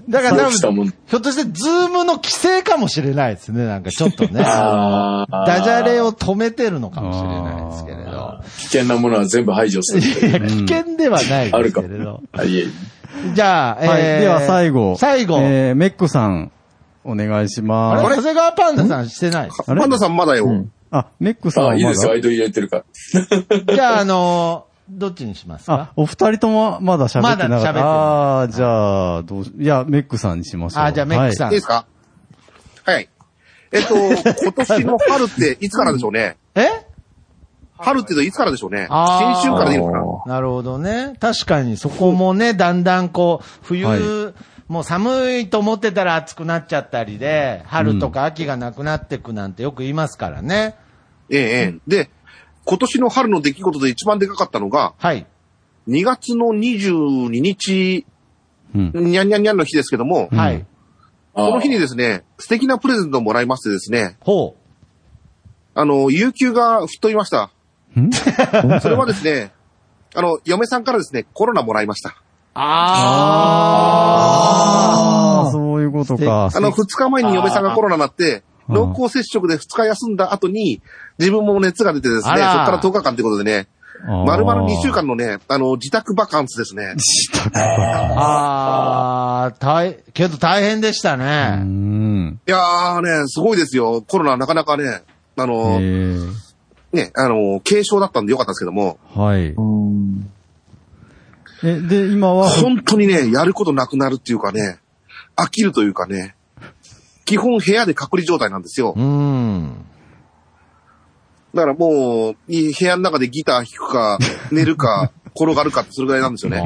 だから多
そう
分、ひょっとしてズームの規制かもしれないですね、なんかちょっと ね。
あー
ダジャレを止めてるのかもしれないですけれど。
危険なものは全部排除 する。
いや、危険ではない
あ
で
る
す
か
けれど。
あいえいえ
じゃあ、
はい
えー
では最後。
最後。
えーメックさん。お願いしま
あ
す。
れ長谷川パンダさんしてない
あれパンダ
さんまだよ。
あ、ネックさんはまだ。
ド入れてるから。
じゃあ、あのー、どっちにします
あ、お二人ともまだ喋ってな
まだ喋っ
かっ
てない
た。ああー、じゃあ、どうし、いや、メックさんにしましょう。
あじゃあメックさん
は
い
い
ですかはい。えっと、今年の春っていつからでしょうね。
え
春っていつからでしょうね。
あー
先週からでいいのかな。
なるほどね。確かにそこもね、だんだんこう、冬、
はい
もう寒いと思ってたら暑くなっちゃったりで、春とか秋がなくなってくなんてよく言いますからね。
ええ、ええ。で、今年の春の出来事で一番でかかったのが、
はい。
2月の22日、
うん
にゃんにゃんにゃんの日ですけども、
はい。
この日にですね、素敵なプレゼントをもらいましてですね、
ほ
う。あの、有給が吹っ飛びました。 それはですね、あの、嫁さんからですね、コロナもらいました。
あーそういうことか。
あの、二日前に嫁さんがコロナになって、濃厚接触で二日休んだ後に、自分も熱が出てです
あ
ね、そこ
ら
から10日間ということでね、
あー
丸々2週間のね、あの、自宅バカンスですね。
あー、大、けど大変でしたね。
いやーね、すごいですよ。コロナなかなかね、あの、ね、あの、軽症だったんでよかったんですけども、
はい。え、で、今は、
本当にね、やることなくなるっていうかね、飽きるというかね、基本部屋で隔離状態なんですよ。
うん。
だからもう、い部屋の中でギター弾く か、寝るか、転がるかってそれぐらいなんですよね。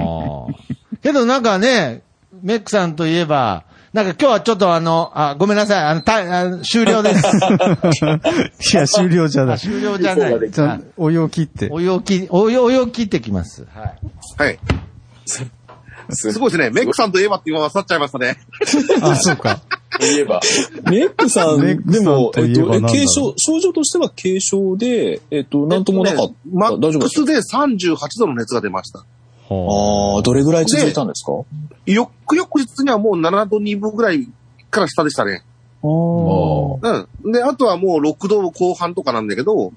けどなんかね、メックさんといえば、なんか今日はちょっとあの、あ、ごめんなさい、あの、たあの終了 です。
いや、終了じゃない。
終了じゃない
ちゃんお湯を切って。
お湯をき、お湯、お湯を切ってきます。はい。
はい。すごいですね。メックさんといえばって今、去っちゃいましたね。
あ、そうか。
言えば。
メックさん、
メック
で
さん
も、
と
え
い
っ
えば
と、
な
え
んだろう
軽症、症状としては軽症で、えっと、なんともなかった。
マ
大
ッ
丈夫で
ク
す
スで38度の熱が出ました。
ああ、どれぐらい続いたんですか
よっくよく日にはもう7度2分ぐらいから下でしたね。うん。で、あとはもう6度後半とかなんだけど、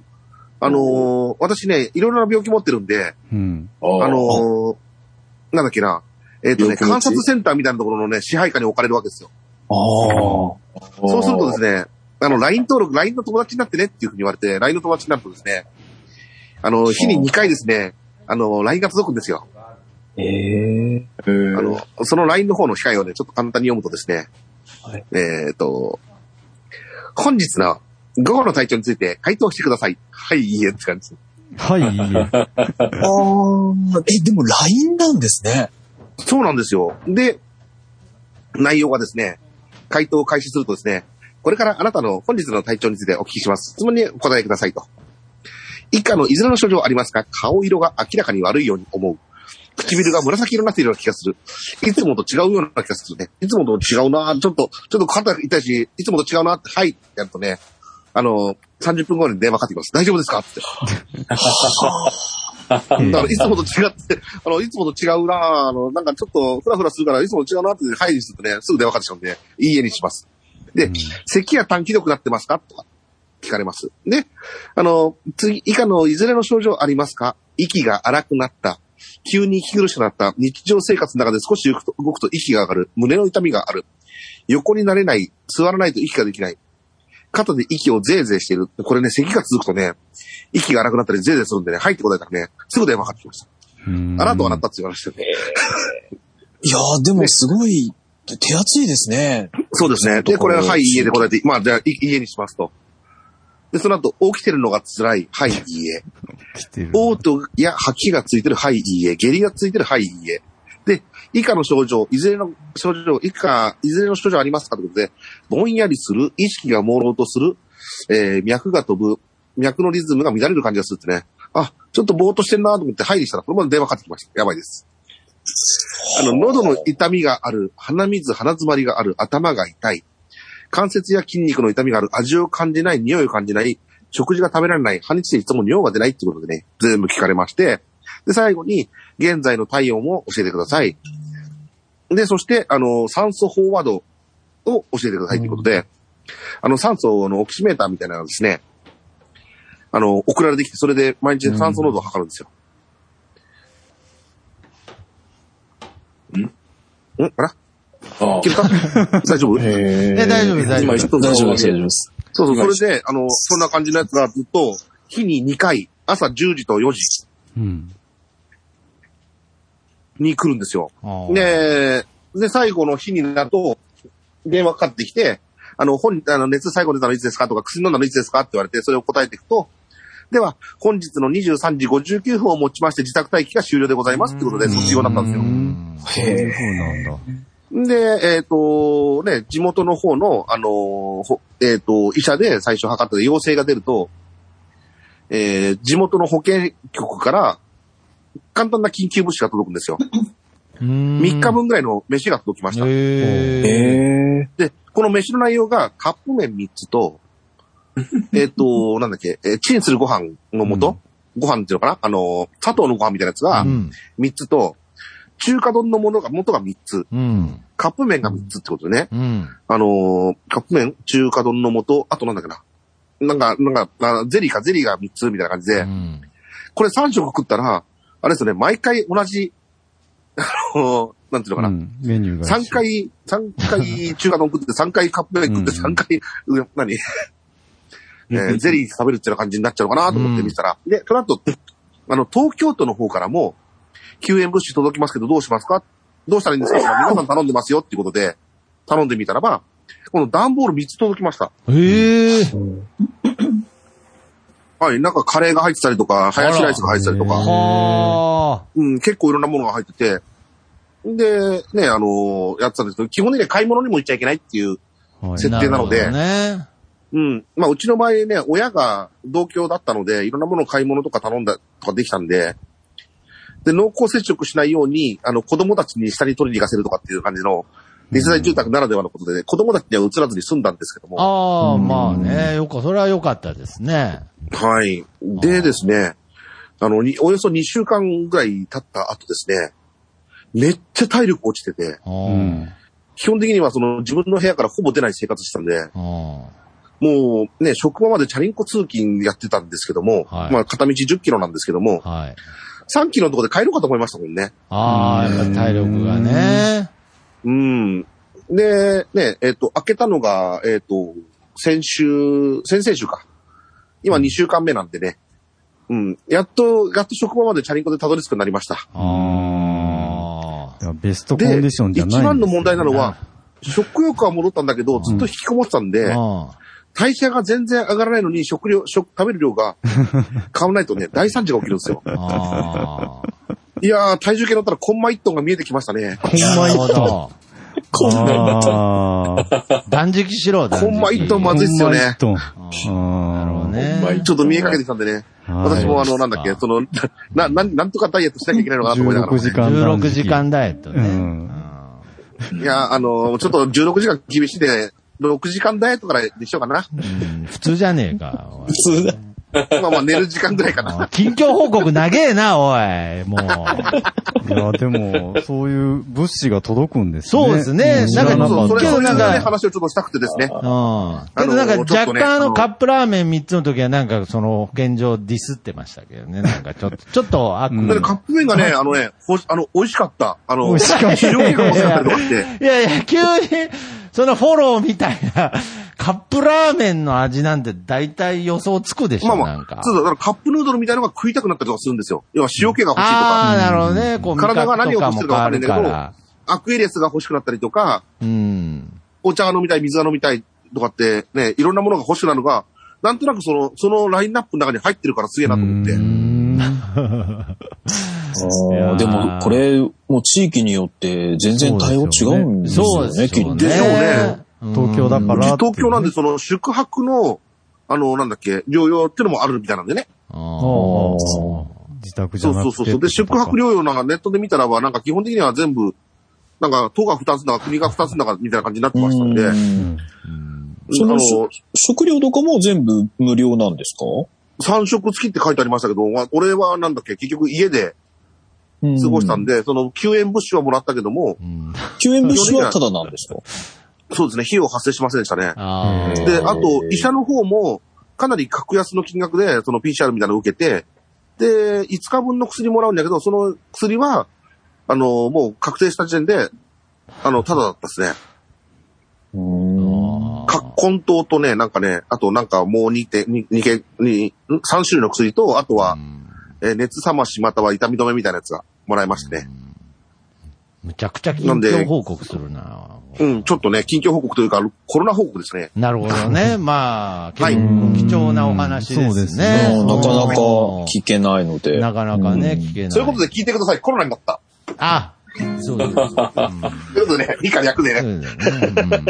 あのー私ね、いろいろな病気持ってるんで、
うん。
あのーなんだっけな、えっ、とね、
病気持ち
観察センターみたいなところのね、支配下に置かれるわけですよ。そうするとですね、あの、LINE 登録、LINE の友達になってねっていうふうに言われて、LINE の友達になるとですね、あの、日に2回ですね、あの、LINE が届くんですよ。
ええ
あの、その LINE の方の控えをね、ちょっと簡単に読むとですね、えっ、と、本日の午後の体調について回答してください。はい、いいえって感じ。
はい、いいえ。
ああ、え、でも LINE なんですね。
そうなんですよ。で、内容がですね、回答を開始するとですね、これからあなたの本日の体調についてお聞きします。質問にお答えくださいと。以下のいずれの症状はありますか顔色が明らかに悪いように思う。唇が紫色になっているような気がする。いつもと違うような気がするね。いつもと違うなちょっと、ちょっと肩痛いし、いつもと違うなって、はいってやるとね、あの、30分後に電話かかってきます。大丈夫ですかって。だから、いつもと違って、あの、いつもと違うなあの、なんかちょっと、ふらふらするから、いつもと違うなって、はい、するとね、すぐ電話かかってきちゃうんで、いい家にします。で、咳や短気力なってますかとか、聞かれます。で、あの、次、以下のいずれの症状ありますか息が荒くなった。急に息苦しくなった。日常生活の中で少し動くと動くと息が上がる。胸の痛みがある。横になれない。座らないと息ができない。肩で息をゼーゼーしている。これね、咳が続くとね、息が荒くなったりゼーゼーするんでね、はいって答えたらね、すぐ電話かかってきました。あなたはなったって言われましたね。
いやーでもすごい、手厚いですね。
そうですね。で、これは、はい、いいえで答えて、まあ、じゃあ、いいいえにしますと。で、その後、起きてるのが辛い、はい、いいえ。嘔吐や吐きがついてる、はい、いいえ。下痢がついてる、はい、いいえ。で、以下の症状、いずれの症状、以下、いずれの症状ありますかということで、ぼんやりする、意識が朦朧とする、えー、脈が飛ぶ、脈のリズムが乱れる感じがするってね。あ、ちょっとぼーっとしてんなと思って、はいにしたら、これまで電話かかってきました。やばいです。あの、喉の痛みがある、鼻水、鼻詰まりがある、頭が痛い、関節や筋肉の痛みがある、味を感じない、匂いを感じない、食事が食べられない、半日でいつも尿が出ないってことでね、全部聞かれまして、で、最後に、現在の体温を教えてください。で、そして、あの、酸素飽和度を教えてくださいということで、あの、酸素のオキシメーターみたいなのがですね、あの、送られてきて、それで毎日酸素濃度を測るんですよ。んあらいけるか 大丈夫
え大丈夫大丈夫
今一つ
大丈夫です大丈夫
です。
そう
今
そう、
一
それで、あの、そんな感じのやつがずっと、日に2回、朝10時と4時
うん。
に来るんですよ。
あ
で、で、最後の日になると、電話かかってきて、あの、本、あの、熱最後出たのいつですかとか、薬飲んだのいつですかって言われて、それを答えていくと、では、本日の23時59分をもちまして自宅待機が終了でございますってことで、卒業だったんですよ。
へそうなんだ。
で、えっ、と、ね、地元の方の、あのーほえっ、と、医者で最初測ったで陽性が出ると、えー地元の保健局から、簡単な緊急物資が届くんですよ。3日分ぐらいの飯が届きました。で、この飯の内容が、カップ麺3つと、えっと、なんだっけ、えーチンするご飯の素、ご飯っていうのかなあの、砂糖のご飯みたいなやつが、3つと、中華丼のものが、元が3つ。
うん。
カップ麺が3つってことでね。
うん。
あのーカップ麺、中華丼の素、あとなんだっけな。なんか、なんか、あゼリーかゼリーが3つみたいな感じで、これ3食食ったら、あれですよね、毎回同じ、あのーなんていうのかな。
うんメニューが。
三回、三回中華丼食って、三回カップ麺食って、三回、う何えーゼリー食べるっていうような感じになっちゃうのかなと思って見てたら、で、その後、あの、東京都の方からも、救援物資届きますけどどうしますかどうしたらいいんですか皆さん頼んでますよっていうことで、頼んでみたらば、この段ボール3つ届きました。
ええ
はい、なんかカレーが入ってたりとか、ハヤシライスが入ってたりとか、うん、結構いろんなものが入ってて、で、ね、あのやってたんですけど、基本的には買い物にも行っちゃいけないっていう設定なので、
るほどね。
うん。まあ、うちの場合ね、親が同居だったので、いろんなものを買い物とか頼んだとかできたんで、で、濃厚接触しないように、あの、子供たちに下に取りに行かせるとかっていう感じの、二世帯住宅ならではのことでね、子供たちには移らずに済んだんですけども。
ああ、まあね。よか、それは良かったですね。
はい。でですね、あの、におよそ2週間ぐらい経った後ですね、めっちゃ体力落ちてて、
うん。
基本的にはその自分の部屋からほぼ出ない生活してたんで、
あ
もうね、職場までチャリンコ通勤やってたんですけども、
はい
まあ片道10キロなんですけども、
あはい。
3キロのところで帰ろうかと思いましたもんね。
ああ、やっぱり体力がね。
うん。で、ね、えっ、と、開けたのが、えっ、と、先週、先々週か。今2週間目なんでね。うん。やっと、やっと職場までチャリンコでたどり着くようになりました。
あ
あ。ベストコンディションじゃないんで
一
すよ
番の問題なのは、食欲は戻ったんだけど、ずっと引きこもってたんで、代謝が全然上がらないのに、食量、食、食べる量が変わらないとね、大惨事が起きるんですよ。
あ
いやー、体重計乗ったらコンマ1トンが見えてきましたね。コン
あ。なるほど。
こんなんだった。
断食しろ、断
コ
食。
ンマ1トンまずいっすよね。
トン。なるほど
ね
まあちょっと見えかけてきたんでね。
はい
私もあの、なんだっけ、その、な、な、なんとかダイエットしなきゃいけないのかなと思いながら、
16時間断
16
食。
時間ダイエット
う
ね。
ん。
いや、あの、ちょっと16時間厳しいで、6時間ダイエットからでしょうかな。
うん普通じゃねえか。おい
普通だ。
まあまあ寝る時間ぐらいか な。
近況報告長えな、おい。もう。
いや、でも、そういう物資が届くんですね。
そうですね
知らな
なん
か
か
っ
そ
た
れ、
け
そ
ど
うい
な
うん
か
ね、話をちょっとしたくてですね。
うん。けどなんか
あのちょっ
若
とね
干あ
あ
の
の
カップラーメン3つの時はなんかその保健所ディスってましたけどね。なんかちょっと、ちょっと悪
だっ
夢
てカップ麺がね、あのね、ほしあの、美味しかった。あの、
美味しかった
非常に美味しかったりとかして。
いやいや、急に、そのフォローみたいな、カップラーメンの味なんて大体予想つくでしょ、
まあま
なん
あ
か、。
そうそう、だからカップヌードルみたいなのが食いたくなったりとかするんですよ。要は塩気が欲しいと
ああ、
か、
なるほどね。こう、
体が何を欲してる
味覚と
か
かも変
わ
わ
かんない
る
んだ
か
け
ら
ど。、アクエリアスが欲しくなったりとか、
うん。
お茶が飲みたい、水が飲みたいとかって、ね、いろんなものが欲しくなるのが、なんとなくその、そのラインナップの中に入ってるからすげえなと思って。
やー
でも、これ、もう地域によって全然対応違うんです
そう
よ
で
ね、
す
きっ
よ
と
ね。
でしょうね
東京だから。
東京なんでその宿泊の、あの、なんだっけ、療養っていうのもあるみたいなんでね。
ああ自宅じ
そ
ゃ
う
なく
そうそ
て
うそう。で、宿泊療養なんかネットで見たらば、なんか基本的には全部、なんか、都が二つだか国が二つだかみたいな感じになってましたんで、あ
うんその
の、
食料とかも全部無料なんですか
三食付きって書いてありましたけど、まあ俺はなんだっけ、結局家で過ごしたんで、その救援物資はもらったけども、
救援物資はただなんですか
そうですね、費用発生しませんでしたね。
あ
で、あと、医者の方も、かなり格安の金額で、その PCR みたいなのを受けて、で、5日分の薬もらうんだけど、その薬は、あの、もう確定した時点で、あの、ただだったですね。葛根糖とね、なんかね、あとなんかもう2点、2、2け、に3種類の薬と、あとは、えー熱冷ましまたは痛み止めみたいなやつがもらいましてね。
むちゃくちゃ近況報告するな。
うん、ちょっとね、近況報告というか、コロナ報告ですね。
なるほどね。まあ、
は
結
い
構貴重なお話ですね。
うん
そう
なかなか
聞けないので。なかなかね、聞けない。
そういうことで聞いてください。コロナになった。
あそうです。と
いうことでね、以下略でね。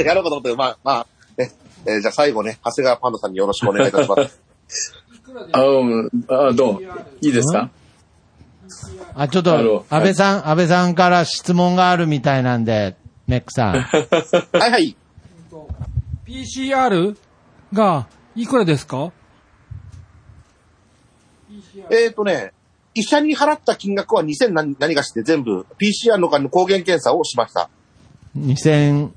やろうかと思って、まあ、まあ、ね、えーじゃあ最後ね、長谷川パンダさんによろしくお願いいたし ます。
あ、うん、あどういいですか
あ、ちょっ
あの
と、安倍さん、安倍さんから質問があるみたいなんで、メックさん。
はいはい。
PCR が、いくらですか
えっ、とね、医者に払った金額は2000何何がして全部 PCR の間の抗原検査をしました。
2000、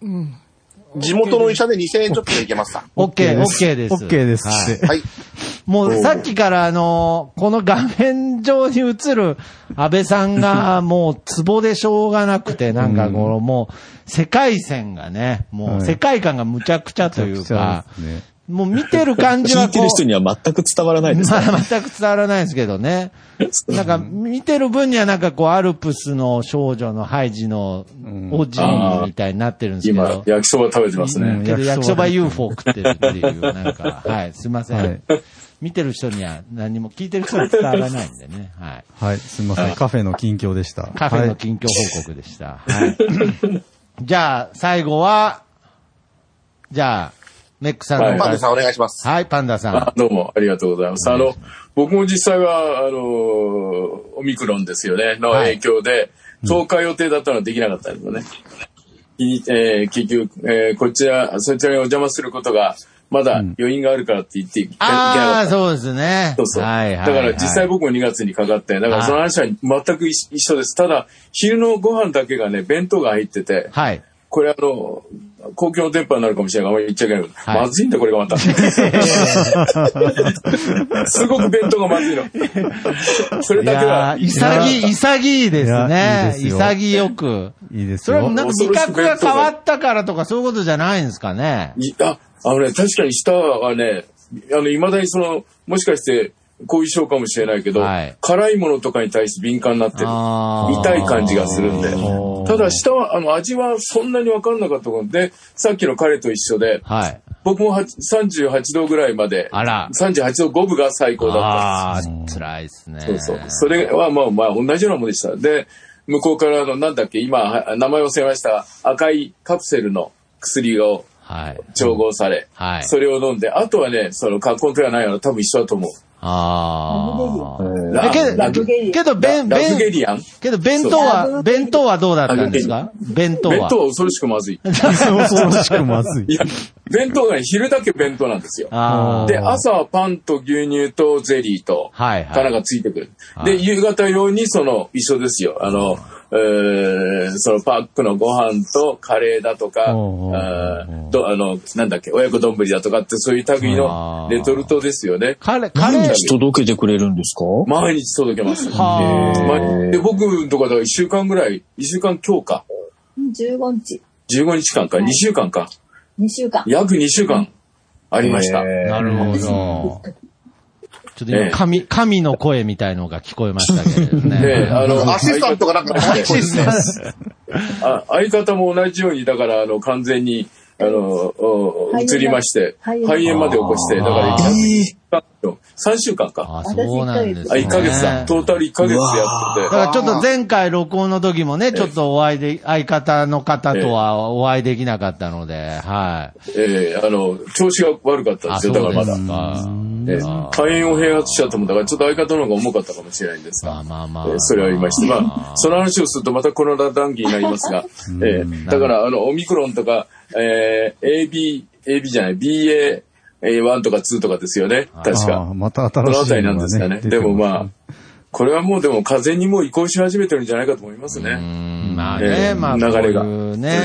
うん。
地元の医者で2000円ちょっとでいけました。。
OK、OK です。
OK です
はいもうさっきからあの、この画面上に映る安倍さんがもうツボでしょうがなくて、なんかこのもう世界線がね、もう世界観がむちゃくちゃというか、もう見てる感じは
聞
こう
い てる人には全く伝わらないですね。
まあ全く伝わらないですけどね。なんか、見てる分にはなんかこう、アルプスの少女のハイジのおじいみたいになってるんですけど。
今、焼きそば食べてます
う
ね
ん。けど焼きそば UFO 食ってるっていう、なんか、はい、すいません。
はい
見てる人には何も聞いてる人には伝わらないん でね。はい。
はい、すみませ
は
ん。
い
カフェの近況でした。
カフェの近況報告でした。はい。じゃあ、最後は、じゃあ、メックさんの
はいパンダさんお
願いします。
はい、パンダさん。
あどうもありがとうございます。あの、僕も実際は、あの、オミクロンですよね、の影響で、10日予定だったのはできなかったんですよね。いえー結局、えーこちら、そちらにお邪魔することが、まだ余韻があるからって言っていけいけなかっ
ああ、
た。
そうですね。
そうそう。
はい、はい。
だから実際僕も2月にかかって、だからその話は全く一一緒です。ただ、昼のご飯だけがね、弁当が入ってて、
はい。
これあの、公共の電波になるかもしれないから、あんまり言っちゃいけないけど、
はい
まずいんだ、これがま た。すごく弁当がまずいの。それだけは。
いやー潔い、潔いです
いやい
ね
い。ですよ
潔く。
いいですよ。
それはなんか味覚が変わったからとかそういうことじゃないんですかね。
いあ、あのね、確かに舌はね、あの、未だにその、もしかして、後遺症かもしれないけど、辛いものとかに対して敏感になってる。痛い感じがするんで。ただ、舌は、あの、味はそんなにわかんなかったので、さっきの彼と一緒で、
はい。
僕もは38度ぐらいまで、
あら。
38度5分が最高だったん
あ
です。
ー、辛いですね。
そうそう。それはまあまあ同じようなものでした。で、向こうからあの、なんだっけ、今、は名前忘れました、赤いカプセルの薬を
はい。
調合され、
はい。
それを飲んで、あとはね、その、格好ではないの多分一緒だと思う。
あ
ラ
あ。け
ラ
ど、
グゲリ
けど、弁、
ララ
弁
グ、ゲリアン
けど、弁当は、弁当はどうだったんですか弁当は。
弁当は恐ろしくまずい。
恐ろしくまずい。
いや、弁当が昼だけ弁当なんですよ。
あー
で、朝はパンと牛乳とゼリーと、
はいはい
花がついてくる。
はい
で、夕方用にその、一緒ですよ。あの、えーそのパックのご飯とカレーだとか、あーどあの、なんだっけ、親子丼だとかって、そういう類のレトルトですよね。
カレー、
毎日届けてくれるんですか
毎日届けます。
はあ
毎日で、僕のとかだから1週間ぐらい、1週間強化。
15日、
15日間か、2週間か。
2週間。
約2週間ありました。
なるほど。ちょっと今、神、神の声みたいのが聞こえましたけれど ね。
ねえ あの、
アシスタントがなんか激しいっすね
あ相方も同じように、だから、あの、完全に、あの、お移りまして、
肺
肺
炎
炎まで起こして、だから
あ
1
ー
ヶ月、3週間か。
私
そうなんです
あ、
ね。
1ヶ月だ。トータル1ヶ月でやってて
だか。らちょっと前回録音の時もね、ちょっとお会いで、相方の方とはお会いできなかったので、はい。
ええあの、調子が悪かったんですよ、だからまだ。ええ肺炎を併発しちゃったもんだから、ちょっと相方の方が重かったかもしれないんですが。
まあま
えーそれはありまして、まあ、その話をするとまたコロナ談義になります が、えーだから、あの、オミクロンとか、えー AB、AB じゃない、BA1 とか2とかですよね、確
あー
か。
また
この
新しい
辺りなん
の
で
が
すかね。
ね。
でもまあ、これはもうでも風邪にもう移行し始めてるんじゃないかと思いますね。
まあね、
えー
まあ、
流れが
こういうね、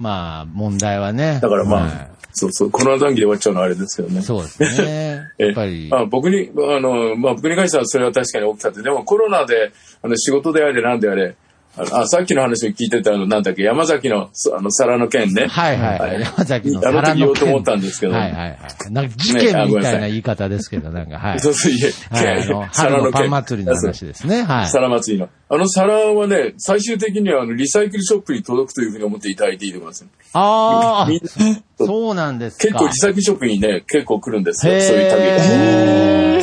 まあ、問題はね。
だからまあ、
はい
そうそう、コロナ談義で終わっちゃうのはあれですけどね。
そうです ね。やっぱり。
あ僕に、あの、まあ、僕に関してはそれは確かに大きかった。でもコロナで、あの、仕事であれなんであれ、あのあさっきの話を聞いてた、あの、なんだっけ、山崎の、そあの、皿の件ね。
はいはい。山崎の
あの
皿
時
の件
言おうと思ったんですけど。
はいはいはい。なんか事件みたいな言い方ですけど、なんか、はい。
そうそう、いえ、
はいあの 春のパン祭りの話ですね。はい。
皿祭りの。あの皿はね、最終的にはあのリサイクルショップに届くというふうに思っていただいていいと思いますよ。
あ
みん
あ、そうなんですか。
結構リサイクルショップにね、結構来るんですよ。そういう旅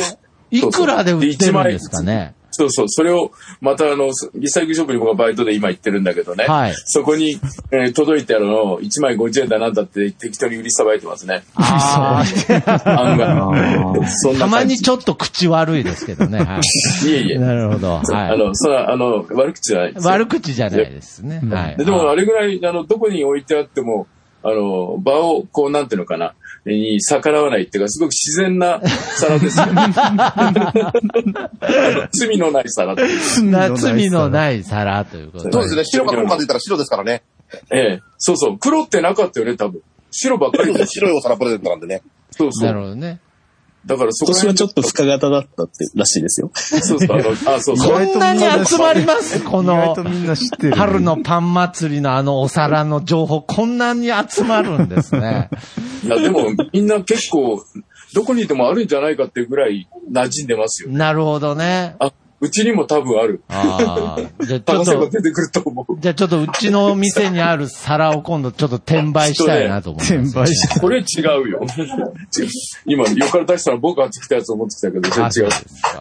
が。
へ
い
くらで売ってるんですかね。
そうそう。それを、またあの、リサイクルショップに僕はバイトで今行ってるんだけどね。
はい
そこに、えー届いてあるのを1枚50円だなんだって適当に売りさばいてますね。
あー
案 外。そんな感じ
たまにちょっと口悪いですけどね。はい
えいえ。
なるほど。
そう
はい
あの、その、あの、悪口じゃない
い。
ですよ
悪口じゃないですね。はい。
ででも、あれぐらい、あの、どこに置いてあっても、あの、場を、こう、なんていうのかな、に逆らわないっていうか、すごく自然な皿です よ。 あの罪のない皿っていう
罪のない皿ということ
そうですね白か黒かで言った
ら白ですからね。
ええ。そうそう。黒ってなかったよね、多分。白ばっかり で
白いお皿プレゼントなんでね。
そうそう。
なるほどね。
だからそこら
今年は
辺
ちょっと深型だったって、らしいですよ。
そうそう、あの、あ、そうそう。
こんなに集まりますこの、
る
春のパン祭りのあのお皿の情報、こんなに集まるんで すね。
いや、でも、みんな結構、どこにいてもあるんじゃないかっていうぐらい馴染んでますよ。
なるほどね。
あ、うちにも多分ある。
ああ。じゃあち
探
ょっ
せば
と、
出てくると思う。
じゃあちょっとうちのお店にある皿を今度ちょっと転売したいなと思って。
転売し
これ違う よ。違う今、横から出したら僕が作ったやつを持ってきたけど、全然違う。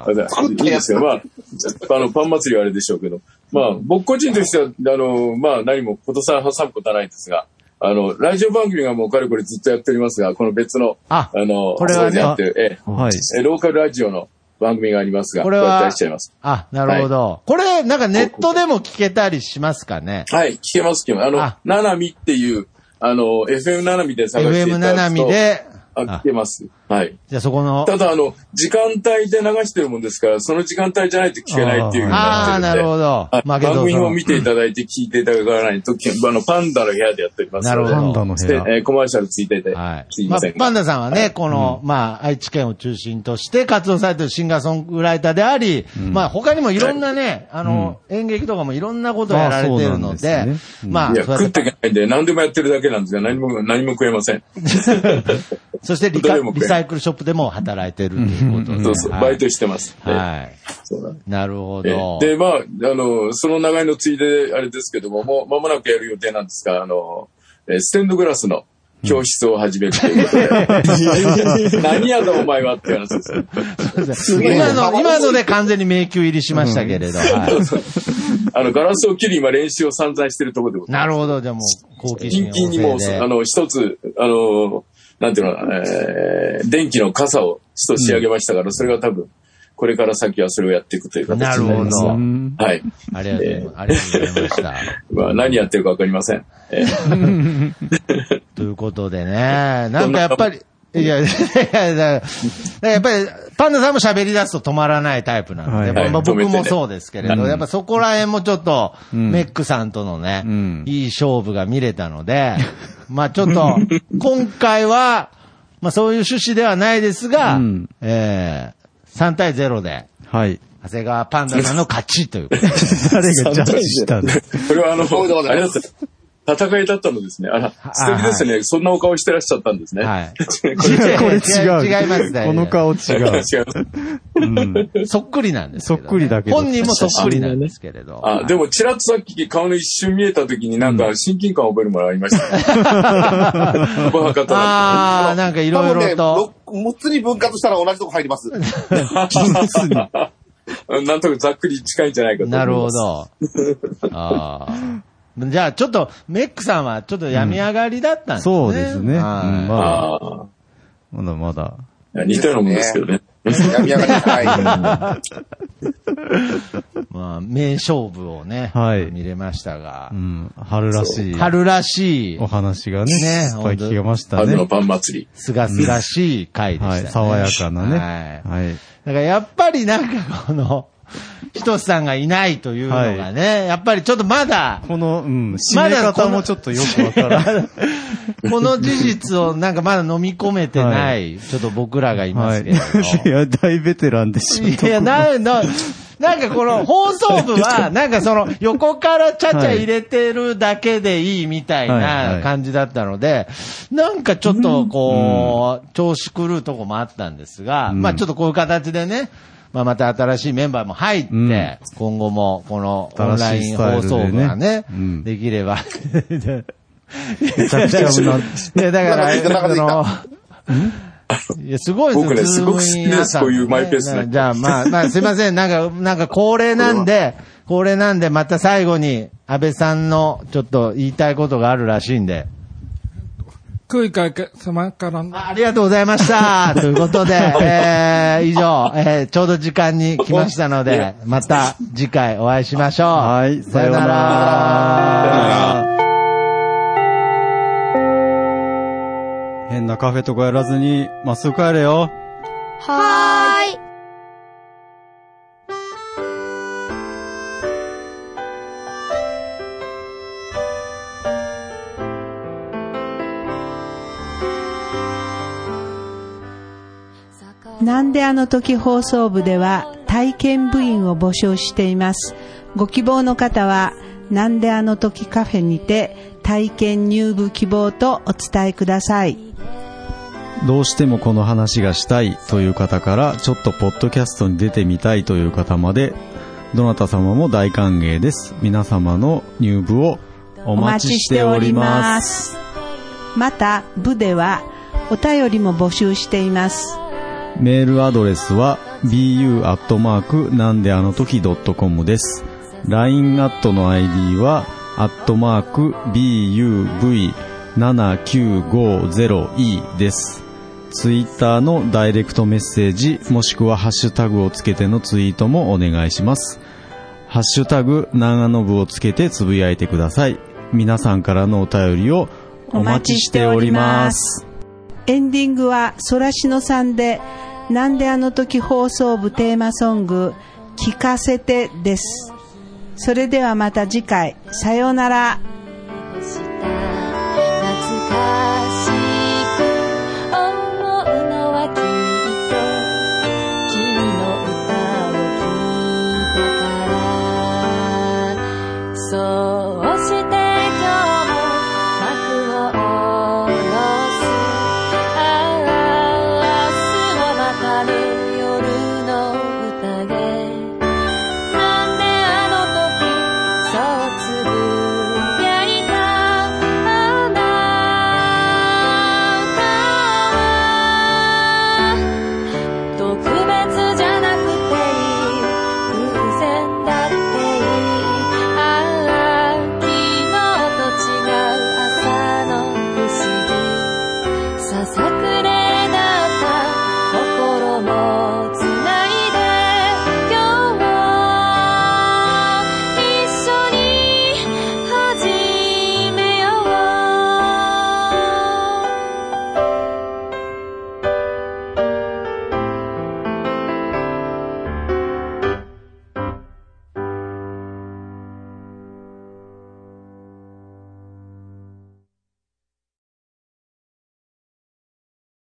あれだいいですよ。まあ、あの、パン祭りはあれでしょうけど。まあ、僕個人としては、あの、まあ、何もことさん挟むことはないんですが、あの、ラジオ番組がもうかれこれずっとやっておりますが、この別の、
あ
の、
これはね
そうでやってる、ええ
はい。
えローカルラジオの番組がありますが、
これは
こうやって出しちゃいます。
あ、なるほど。これ、なんかネットでも聞けたりしますかね。
はい、聞けます、聞けます。あの、ナナミっていう、あの、FM ナナミで探していただくと
FM7 で、
あ、聞けます。はい。
じゃあそこの、
ただ、あの、時間帯で流してるもんですから、その時間帯じゃないと聞けないっていうふうに
あ
な
あ、
って
なる
るん
ほ
で。
ど
はい。番
マーケットゾーン
組を見ていただいて聞いていただかないと、あの、パンダの部屋でやっておりますので。
なるほどパンダの部屋
でえーコマーシャルついていて、すい
ま
ま
あ
せん、が。
パンダさんはね、この、まあ、愛知県を中心として活動されてるシンガーソングライターであり、まあ、他にもいろんなね、あの、演劇とかもいろんなことをやられてるので、まあ
いや、、
そう
食っ
やって
いけないんで、何でもやってるだけなんですが、何も、何も食えません。
そしてリ
ど
カ
れも
リサイクルショップでも働いてるということで。
そうそう、
はい
バイトしてます。
はい。なるほど。
で、まあ、あの、その流れのついで、あれですけども、もう間もなくやる予定なんですが、あの、えーステンドグラスの教室を始めるということ で、何やだお前はって話ですよ。
今の、今ので完全に迷宮入りしましたけれど。はい
あの、ガラスを切り今練習を散々してるところでござい
なるほど。じゃあもう、好
ます。
奇
キ
心
ンキンにも
旺
う、
盛で
あの、一つ、あの、なんていうのかな、えー電気の傘を一つ仕上げましたから、それが多分、これから先はそれをやっていくという形に
なる
なり
ほ
ます
ど。
が。はい。
ありがとうございます。ありがとうございました。
まあ、何やってるかわかりません。 えー
ということで ね、なんかやっぱり、いや、いや、いやだからやっぱり、パンダさんも喋り出すと止まらないタイプなんで、
はい
やっぱまあ
はい止
僕
めてね
もそうですけれど、
うん
やっぱそこら辺もちょっと、
うん
メックさんとのね、
ん
いい勝負が見れたので、 まあちょっと、今回は、まあそういう趣旨ではないですが、
うん
えー、3対0で、
はい。
長谷川パンダさんの勝ちということで。
誰がジャッジ したんだ
これはあの、あれだった。戦いだったのですね。あら、素敵ですね。そんなお顔してらっしゃったんですね。
はい。
これ
いやこれ違う。
違いますね
この顔違
違
う。
う。
そっくりなんですけどね
そっくりだけど
本人もそっくりなんですけれど。
あ、でも、ちらっとさっき顔の一瞬見えた時になんか親近感を覚えるものありま したね。おバカだな
ああ、なんかいろいろと。
多分ね、6つに分割したら同じとこ入り ます。
なんとなくざっくり近いんじゃないかと思
ないるほ
ます。
ど。ああ。じゃあ、ちょっと、メックさんはちょっと病み上がりだったんですね。
そうですね。うん
はい
ま
ああ
だ、まだまだ。
いや似たようなもんですけどね。
病み上がりは
まあ、名勝負をね、
はい
見れましたが
う。ん。春らしい。
春らしい
お、話がね、
ね
いっぱい聞けました
春の
ね。
パン祭り。
すがすがしい回でした
は
ね。
い。爽やかなね。
はい。
はい。
だからやっぱりなんかこの、ひとしさんがいないというのがね、やっぱりちょっとまだ、
この、うん、締
ま
め
だこの
方もちょっとよく わからない。
この事実をなんかまだ飲み込めてない、
は
ちょっと僕らがいま
は
す
い。
けれど。
いや、大ベテランでしょ。
いや、な、な、なんかこの放送部は、なんかその横からちゃちゃ入れてるだけでいいみたい
はいは
ない感じだったので、なんかちょっとこう、調子狂うとこもあったんですが、
うん
まあちょっとこういう形でね、まあまた新しいメンバーも入って、今後もこのオンライン放送部がね、できれば。め
ちゃくちゃ危ない
や、だから、あの、いや、すごいです
僕ねすごく好きですこういうマイペースな
じゃあ、まあ、まあ、すいません。なんか、なんか恒例なんで、恒例なんで、また最後に、安倍さんの、ちょっと言いたいことがあるらしいんで。
空海様からの。
ありがとうございました。ということで、えー、以上、えー、ちょうど時間に来ましたの で、また次回お会いしましょう。はい、さよなら。
変なカフェとかやらずに、まっすぐ帰れよ。
はーい。
なんであの時放送部では体験部員を募集しています。ご希望の方は、なんであの時カフェにて体験入部希望とお伝えください。
どうしてもこの話がしたいという方から、ちょっとポッドキャストに出てみたいという方まで、どなた様も大歓迎です。皆様の入部をお待ちしております。
す。また、部ではお便りも募集しています。
メールアドレスは bu アットマークなんであの時 .com です。LINE アットの ID はアットマーク buv7950e です。ツイッターのダイレクトメッセージもしくはハッシュタグをつけてのツイートもお願いします。ハッシュタグ長野部をつけてつぶやいてください。皆さんからのお便りをお待ちしております。
エンディングはソラシノさんで、なんであの時放送部テーマソング、聞かせてです。それではまた次回、さようなら。
して
啊